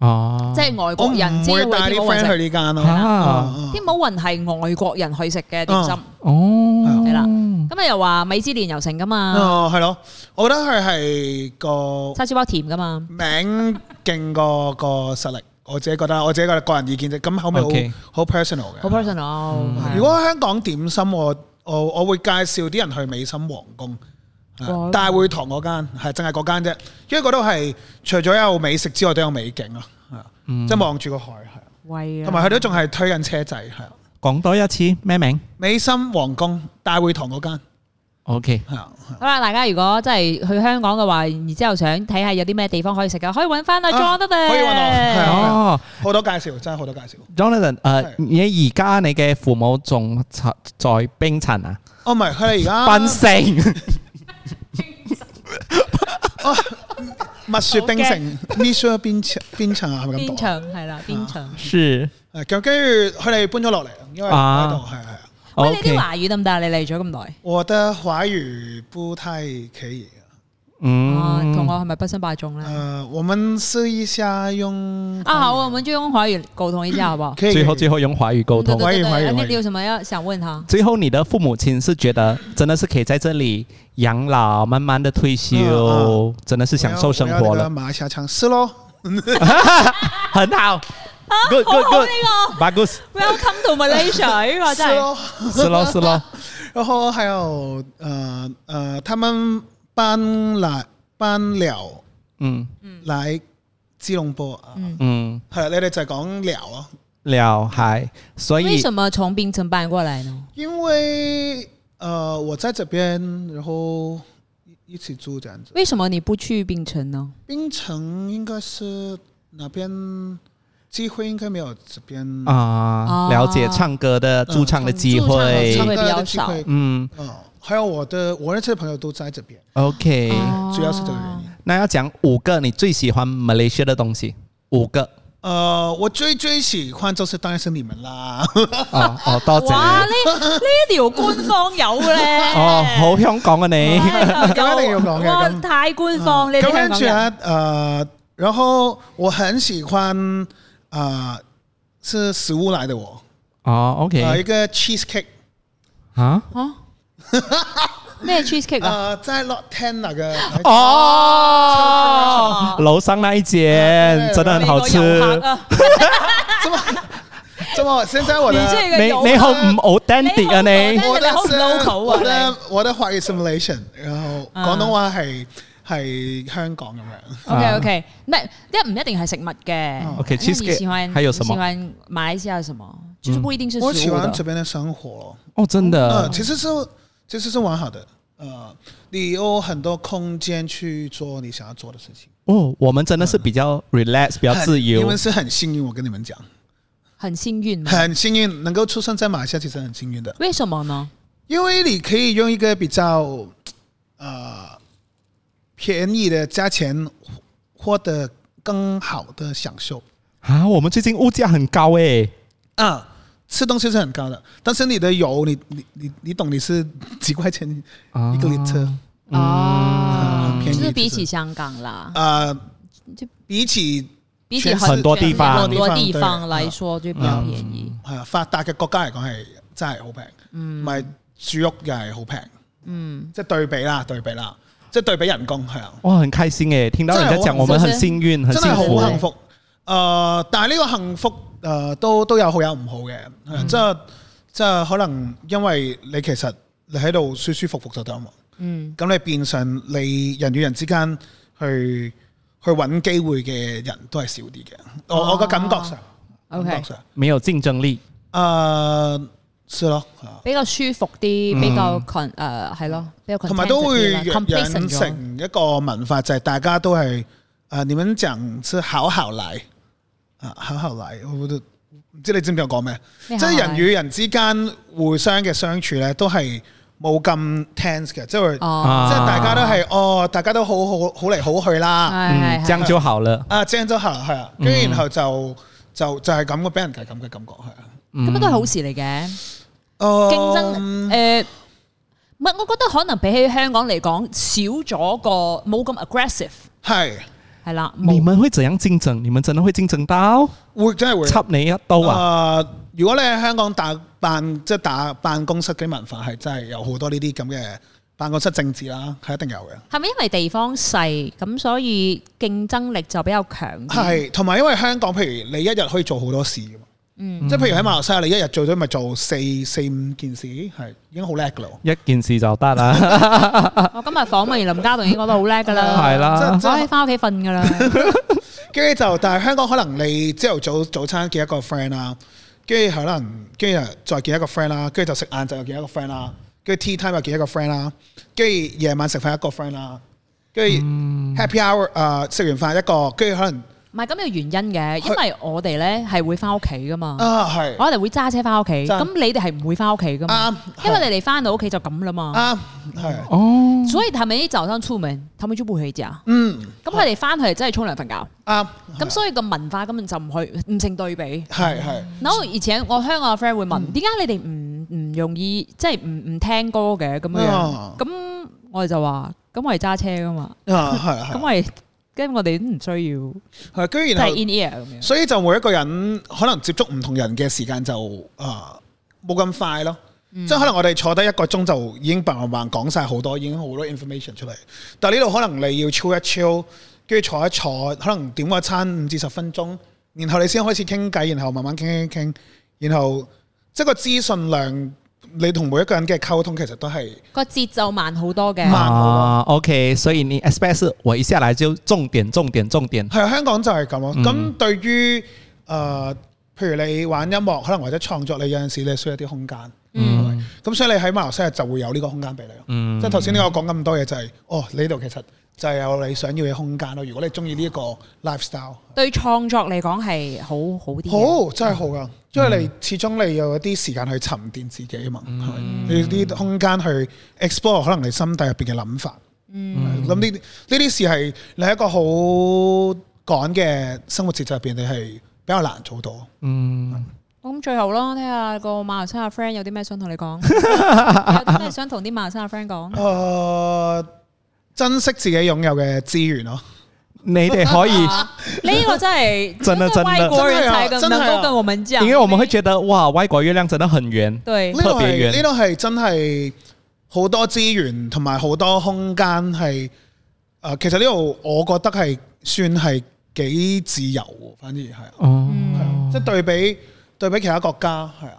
Speaker 1: 哦，
Speaker 3: 即係外
Speaker 2: 我
Speaker 3: 國
Speaker 2: 唔
Speaker 3: 人先
Speaker 2: 會
Speaker 3: 會
Speaker 2: 帶
Speaker 3: 天
Speaker 2: 啲
Speaker 3: 母雲
Speaker 2: friend 去
Speaker 3: 食。
Speaker 2: 呢間咯。
Speaker 1: 啊，
Speaker 2: 嗯嗯
Speaker 3: 天母雲係外國人去食嘅點心
Speaker 2: 嗯，
Speaker 1: 哦，
Speaker 3: 係啦。咁啊你又話米芝蓮又成噶嘛，
Speaker 2: 哦，係咯，我覺得佢係個
Speaker 3: 叉燒包甜噶嘛，
Speaker 2: 名勁過個實力，我自己覺得，我自己覺得個人意見啫。咁後
Speaker 1: OK
Speaker 2: 尾好好 personal
Speaker 3: 好
Speaker 2: 嘅。
Speaker 3: personal 係啊。
Speaker 2: 嗯如果香港點心，我我我會介紹啲人去美心皇宮。啊
Speaker 3: 哇啊
Speaker 2: 係大會堂嗰間係淨係嗰間啫，因為嗰度係除咗有美食之外，都有美景咯，係啊
Speaker 1: 嗯
Speaker 2: 即係望住個海係啊，
Speaker 3: 喂啊，
Speaker 2: 同埋佢都仲係推緊車仔係啊
Speaker 1: 讲多一次咩名
Speaker 2: 美心皇宮大會堂嗰間
Speaker 1: ？OK，
Speaker 2: 係啊。係啊
Speaker 3: 好啦，大家如果真係去香港嘅話，然之後想睇下有啲咩地方可以食嘅，可以揾翻阿
Speaker 2: 啊
Speaker 3: John 得嘅。
Speaker 2: 可以搵我係啊
Speaker 1: 哦
Speaker 2: 好多介紹，真係好多介紹。
Speaker 1: ，Jonathan，誒
Speaker 2: 係，
Speaker 1: 你而家你嘅父母仲在冰層啊？
Speaker 2: 哦，唔係，佢哋而家
Speaker 1: 檳 城
Speaker 2: 蜜雪冰城 m i s s 邊層邊層啊，係咪咁
Speaker 3: 邊
Speaker 2: 讀啊？
Speaker 3: 場係啦，邊場。
Speaker 1: 是
Speaker 2: 誒咁跟住佢哋搬咗落嚟，因為
Speaker 1: 啊
Speaker 2: 喺度係係係。
Speaker 3: 喂，你
Speaker 1: 哦
Speaker 3: 啲
Speaker 1: OK，
Speaker 3: 華語得唔啊得？你嚟咗咁耐，
Speaker 2: 我的華語不太可以。
Speaker 3: 啊，同我
Speaker 1: 嗯，
Speaker 3: 係咪不相伯仲咧？
Speaker 2: 誒，我們試一下用
Speaker 3: 啊，好，我們就用華語溝通一下，好不好？
Speaker 2: 可以
Speaker 1: 最後最後用華嗯語溝
Speaker 3: 對
Speaker 1: 通。
Speaker 3: 對對
Speaker 2: 華語華
Speaker 3: 對
Speaker 2: 語
Speaker 3: 啊
Speaker 2: 華語
Speaker 3: 你有什麼要想問他？
Speaker 1: 最後，你的父母親是覺得真的是可以在這裡養老，慢慢的退
Speaker 2: 嗯
Speaker 1: 休，真的是享受生活
Speaker 2: 我
Speaker 1: 了
Speaker 2: 要那，個馬來西亞腔，是咯。
Speaker 1: 很好，good
Speaker 3: 好
Speaker 1: good
Speaker 3: 啊好
Speaker 1: good，
Speaker 3: 哦呢
Speaker 1: bagus，
Speaker 3: 個 Welcome to Malaysia 呢個真
Speaker 2: 是
Speaker 3: 係
Speaker 2: 咯，
Speaker 1: 是 咯是咯，
Speaker 2: 然後還有呃呃，他們搬來搬了
Speaker 1: 嗯
Speaker 2: 來吉隆坡啊，
Speaker 3: 嗯
Speaker 1: 嗯，
Speaker 2: 係啦，你哋就係講聊咯。
Speaker 1: 了解，所以
Speaker 3: 為什麼從檳城搬過來呢？
Speaker 2: 因为呃，我在这边，然后一一起住这样子。
Speaker 3: 為什麼你不去檳城呢？
Speaker 2: 槟城应该是哪边机会应该没有这边
Speaker 1: 啊，了解
Speaker 3: 啊
Speaker 1: 唱歌
Speaker 2: 嗯
Speaker 1: 的驻唱的机
Speaker 3: 驻唱的机
Speaker 2: 唱
Speaker 1: 会
Speaker 3: 会，
Speaker 2: 歌
Speaker 3: 比较
Speaker 2: 的机会
Speaker 3: 少
Speaker 1: 嗯
Speaker 2: 嗯，还有我的我认识的朋友都在这边，
Speaker 1: ，OK，
Speaker 3: 哦
Speaker 2: 主要是这个原因。
Speaker 1: 那要讲五个你最喜欢 Malaysia 的东西，五 个，
Speaker 2: 呃，我最最喜欢就是当然是你们啦，
Speaker 1: 哦哦，多谢
Speaker 3: 哇！
Speaker 1: 你，
Speaker 3: 呢呢一條官方有咧，
Speaker 1: 哦，好香港啊你，
Speaker 2: 咁一定要講嘅咁
Speaker 3: 哇
Speaker 2: 嗯
Speaker 3: 太官方呢
Speaker 2: 咁跟
Speaker 3: 啲香
Speaker 2: 住
Speaker 3: 港人，
Speaker 2: 呢，呃，然后我很喜欢啊、呃是食物来的我，
Speaker 1: 哦
Speaker 2: 呃，
Speaker 3: 哎
Speaker 2: 一
Speaker 1: ，OK，
Speaker 2: 个 cheesecake，
Speaker 1: 啊，
Speaker 3: 啊咩 cheesecake 啊？
Speaker 2: 呃，在 Lot Ten 那个，
Speaker 3: 哦
Speaker 1: 哦，楼上那一间
Speaker 2: 对
Speaker 1: 真的很好吃
Speaker 3: 美國遊客啊
Speaker 2: 这么这我现在我
Speaker 3: 你
Speaker 2: 的
Speaker 3: 这个
Speaker 1: 你
Speaker 3: 有
Speaker 1: 你好唔 authentic 啊你
Speaker 3: 你好？
Speaker 2: 我的
Speaker 3: 你好 local
Speaker 2: 我
Speaker 3: 啊
Speaker 2: 的
Speaker 3: 你
Speaker 2: 我的華語 simulation，然後
Speaker 3: 啊
Speaker 2: 廣東話係係香港咁樣。
Speaker 3: OK OK，那那唔一定係食物
Speaker 2: 哦
Speaker 3: 嘅。
Speaker 1: OK，
Speaker 3: 因為你
Speaker 1: cheesecake，
Speaker 3: 喜歡
Speaker 1: 還有什麼嗯
Speaker 3: 你喜歡馬來西亞什麼？就是不一定是食
Speaker 2: 我喜
Speaker 3: 物啊嗯
Speaker 2: 歡這
Speaker 3: 的。
Speaker 2: 邊的生活，
Speaker 1: 哦，真
Speaker 2: 呃，
Speaker 1: 的，
Speaker 2: 其實是其實是蠻好的，呃，你有很多空間去做你想要做的事情，
Speaker 1: 哦，我们真的是比较 relax，比较自
Speaker 2: 很
Speaker 3: 嗯
Speaker 2: 你
Speaker 1: 由
Speaker 2: 們。是很幸運，我跟你們講，
Speaker 3: 很幸運嗎，
Speaker 2: 很幸運能夠出生在馬來西亞，其實很幸運的，
Speaker 3: 為什麼呢？
Speaker 2: 因為你可以用一個比較呃便宜的價錢獲得更好的享受。
Speaker 1: 啊，我们最近物价很高欸诶，
Speaker 2: 啊，吃东西是很高的，但是你的油，你你你你懂，你是几块钱
Speaker 1: 啊
Speaker 2: 一个 liter 嗯
Speaker 3: 哦，啊就
Speaker 2: 便宜
Speaker 3: 是比
Speaker 2: 就是
Speaker 3: 起香港啦，
Speaker 2: 啊、
Speaker 3: 就
Speaker 2: 比起
Speaker 3: 比起
Speaker 2: 全世
Speaker 1: 很多地方
Speaker 3: 很多地方
Speaker 2: 對啊
Speaker 3: 來說就比較便宜。
Speaker 2: 係啊發達嘅國家嚟講係真係好平，唔係住屋又係好平，嗯，即係對比啦，對比啦，即係對比人工係啊，
Speaker 1: 哇，很开心诶，听到人家讲我
Speaker 3: 真
Speaker 1: 们
Speaker 3: 的
Speaker 1: 很幸运，很
Speaker 2: 真
Speaker 1: 幸
Speaker 2: 係好幸
Speaker 1: 福。
Speaker 2: 福。誒、但係呢個幸福誒、都都有好有唔好嘅，係啊即係即係可能因為你其實你喺度舒舒服服就得啊嘛。
Speaker 3: 嗯，
Speaker 2: 咁你變相你人與人之間去去揾機會嘅人都係少啲嘅。我
Speaker 3: 哦
Speaker 2: 我個感覺上
Speaker 3: 嗯 OK
Speaker 2: 感覺上，
Speaker 1: 没有竞争力，
Speaker 2: 誒是咯，啊
Speaker 3: 比較舒服啲，比較 con 誒係咯，比較
Speaker 2: 嗯同埋都會
Speaker 3: contented 啲啦，complacent
Speaker 2: 養
Speaker 3: 咗。
Speaker 2: 成一個文化，就係大家都係誒點樣講，呃即係考考嚟啊，考考嚟，我覺得唔知你知唔知我講咩？
Speaker 3: 咩
Speaker 2: 即
Speaker 3: 考
Speaker 2: 係
Speaker 3: 嚟
Speaker 2: 人與人之間互相嘅相處咧，都係冇咁 tense 嘅，即係
Speaker 3: 哦，
Speaker 1: 啊
Speaker 2: 即係大家都係哦，大家都好好好嚟好去啦。
Speaker 3: 係
Speaker 1: 嗯，
Speaker 3: 係
Speaker 1: 这样就好
Speaker 3: 哎
Speaker 1: 了。
Speaker 2: 啊，正咗下係啊，跟住然後就就就係咁嘅，俾人係咁嘅感覺係啊。
Speaker 1: 嗯
Speaker 3: 咁樣都係好事嚟嘅。
Speaker 2: 誒
Speaker 3: 競
Speaker 2: 嗯
Speaker 3: 爭誒，呃唔係，我覺得可能比起香港嚟講，少咗個冇咁 aggressive，
Speaker 2: 係
Speaker 3: 係啦，
Speaker 1: 你
Speaker 3: 冇
Speaker 1: 们會怎樣競爭？你們真的會競爭到
Speaker 2: 會真係會。
Speaker 1: 插你一刀啊？
Speaker 2: 誒，如果你喺香港打辦即係打辦公室嘅文化，係真係有好多呢啲咁嘅辦公室政治啦，係一定有嘅。
Speaker 3: 係咪因為地方細咁，所以競爭力就比較強 啲？
Speaker 2: 係，同埋因為香港，譬如你一日可以做好多事㗎嘛。即係譬如喺馬來西亞，你一日最多咪做四四五件事，係已經好叻㗎咯。
Speaker 1: 一件事就得啦，
Speaker 3: 我今日訪問完林家棟已經覺得好叻㗎啦，
Speaker 1: 係啦
Speaker 2: 即係
Speaker 3: 我可以翻屋企瞓 㗎啦。
Speaker 2: 跟住就，但係香港可能你朝頭早早餐見一個 friend 啦，跟住可能跟住再見一個 friend 啦，跟住就食晏晝又見一個 friend 啦，跟住 tea time 又見一個 friend 啦，跟住夜晚食飯一個 friend 啦，跟住
Speaker 3: 嗯
Speaker 2: happy hour 誒、呃食完飯一個，跟住可能
Speaker 3: 唔係咁有原因嘅，因為我哋咧係會翻屋企㗎嘛，
Speaker 2: 啊係
Speaker 3: 我哋會揸車翻屋企，
Speaker 2: 真
Speaker 3: 咁你哋係唔會翻屋企㗎嘛
Speaker 2: 啱？
Speaker 3: 因為你哋翻到屋企就咁啦嘛，
Speaker 2: 啱係
Speaker 1: 哦，
Speaker 3: 所以他們一早上出門，他們就不回家。
Speaker 2: 嗯
Speaker 3: 咁佢哋翻去係真係沖涼瞓覺。
Speaker 2: 啱
Speaker 3: 咁所以個文化根本就唔去唔成對比。
Speaker 2: 係係
Speaker 3: 然後而且我香港嘅 friend 會問：點解你哋唔唔容易即係唔唔聽歌嘅咁樣
Speaker 2: 啊
Speaker 3: 樣？咁我哋就話：咁我哋揸車噶嘛，
Speaker 2: 啊係
Speaker 3: 咁
Speaker 2: 係
Speaker 3: 我哋跟住我哋都唔需
Speaker 2: 係，跟住
Speaker 3: 要
Speaker 2: 然
Speaker 3: 即係
Speaker 2: 後
Speaker 3: in ear 咁樣。
Speaker 2: 所以就每一個人可能接觸唔同人嘅時間就啊冇咁快咯。即係可能我哋坐低一個鐘就已經白話話講晒好多，已經好多 information 出嚟。但係呢度可能你要超一超，跟住坐一坐，可能點個餐五至十分鐘，然後你先開始傾偈，然後慢慢傾傾傾，然後即係個資訊量，你同每一個人嘅溝通其實都係
Speaker 3: 個節奏慢好多嘅，
Speaker 2: 慢
Speaker 1: 啊，OK，所以你 expect 是我一下來就重點重點重點，
Speaker 2: 係啊香港就係咁咯。咁、對於誒、呃譬如你玩音樂，可能或者創作，你有陣時你需要一啲空間。
Speaker 3: 嗯，
Speaker 2: 咁所以你喺馬來西亞就會有呢個空間俾你咯。
Speaker 1: 嗯
Speaker 2: 即係頭先我講咁多嘢就係、哦，呢度其實就係有你想要嘅空間咯。如果你中意呢一個 lifestyle，
Speaker 3: 對創作嚟講係好好啲嘅。嗯
Speaker 2: 好真係好噶，因為你始終你有一啲時間去沉澱自己啊嘛，
Speaker 3: 嗯
Speaker 2: 係咪你有啲空間去 explore 可能你心底入邊嘅諗法。嗯，咁呢啲呢啲事係你喺一個好趕嘅生活節奏入邊，你係比較難做到。
Speaker 1: 嗯，
Speaker 3: 咁最後啦，睇下個馬來西亞 friend 有啲咩想同你 講，有啲咩想同啲馬來西亞 friend 講
Speaker 2: 誒、。
Speaker 3: 嗯
Speaker 2: 啊珍惜自己擁有嘅資源咯。
Speaker 1: 你得可以，
Speaker 3: 呢個真係
Speaker 1: 真的真的
Speaker 3: 外國人才
Speaker 2: 真
Speaker 3: 能
Speaker 2: 的啊真的
Speaker 3: 夠
Speaker 2: 啊
Speaker 3: 跟我們講，
Speaker 1: 因為我們會覺得哇，外國月亮真的很圓，
Speaker 3: 對
Speaker 2: 呢度
Speaker 1: 特別
Speaker 2: 係
Speaker 1: 遠
Speaker 2: 呢度係真係好多資源同埋好多空間係誒、呃其實呢度我覺得係算係幾自由喎，反而係啊，
Speaker 3: 嗯
Speaker 1: 哦，
Speaker 2: 係啊即係對比對比其他國家係啊，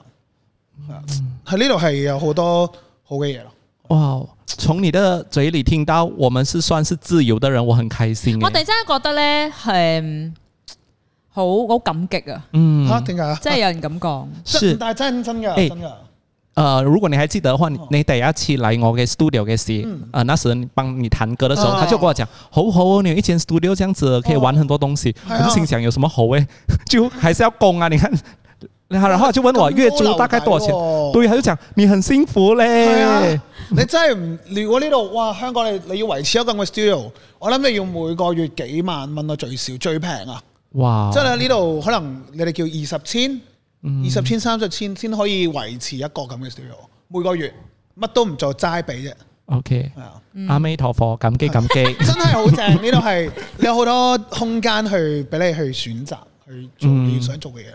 Speaker 2: 係啊，
Speaker 1: 嗯
Speaker 2: 喺呢度係有好多好嘅嘢咯。
Speaker 1: 哦哇！从你的嘴里听到我们是算是自由的人，我很开心
Speaker 3: 我
Speaker 1: 欸。
Speaker 3: 哋真係覺得咧係好好感 激啊！
Speaker 1: 嗯
Speaker 2: 嚇點解啊？
Speaker 3: 即係有人咁講，
Speaker 1: 是哎
Speaker 2: 但係真真
Speaker 1: 誒
Speaker 2: 㗎，真㗎。
Speaker 1: 呃，如果你还记得的话，你
Speaker 2: 哦
Speaker 1: 你第一次来我嘅 studio 嘅时
Speaker 2: 嗯，
Speaker 1: 呃，那时你帮你弹歌的时候，
Speaker 2: 哦
Speaker 1: 他就跟我讲，猴猴，你有一间 studio 这样子可以玩很多东西，
Speaker 2: 哦
Speaker 1: 我就心想有什么猴诶， 就还是要供啊，你看，然后然后就问我
Speaker 2: 咁
Speaker 1: 月租大概多少
Speaker 2: 高
Speaker 1: 钱，
Speaker 2: 樓底喎
Speaker 1: 对，他就讲你很幸福
Speaker 2: 係
Speaker 1: 嘞
Speaker 2: 哦啊，，你真係唔如果呢度哇，香港你你要維持一個咁嘅 studio，我諗你要每個月幾萬蚊啊，最少最平啊，
Speaker 1: 哇，嗯
Speaker 2: 即係呢度可能你哋叫二十千、二十千、三十千先可以維持一個咁嘅 studio，每個月乜都唔做齋俾啫，
Speaker 1: ，OK，
Speaker 2: 係啊，
Speaker 1: 阿弥陀佛，感激感 激，
Speaker 2: 真係好正，呢度係你有好多空間去俾你去選擇去做你想做嘅嘢。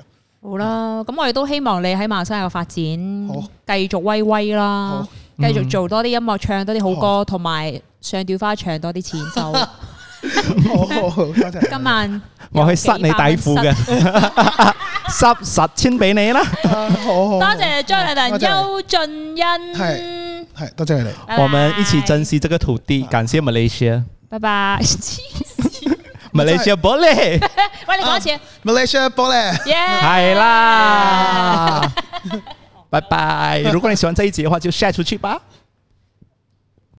Speaker 3: 好啦，咁我哋都希望你喺馬來西亞嘅發展
Speaker 2: 好
Speaker 3: 繼續威威啦
Speaker 2: 好，
Speaker 3: 繼續做多啲音樂，唱多啲好歌，同埋上吊花唱多啲錢 就。
Speaker 2: 好好，好多謝。
Speaker 3: 今晚
Speaker 1: 我去塞你底褲嘅， 塞十千俾你啦。
Speaker 2: 啊好好，
Speaker 3: 多謝張麗
Speaker 2: 多謝
Speaker 3: 玲、邱俊
Speaker 2: 係
Speaker 3: 欣，
Speaker 2: 係多謝你哋。
Speaker 3: 拜拜
Speaker 1: 我们一起珍，惜这个土地，感谢 Malaysia。
Speaker 3: 拜拜。 喂，
Speaker 1: Malaysia boleh，
Speaker 3: 你講一次，
Speaker 2: Malaysia 玻璃。
Speaker 3: 耶！
Speaker 1: 系啦，拜拜。如果你喜欢这一集的话，就 share 出去吧。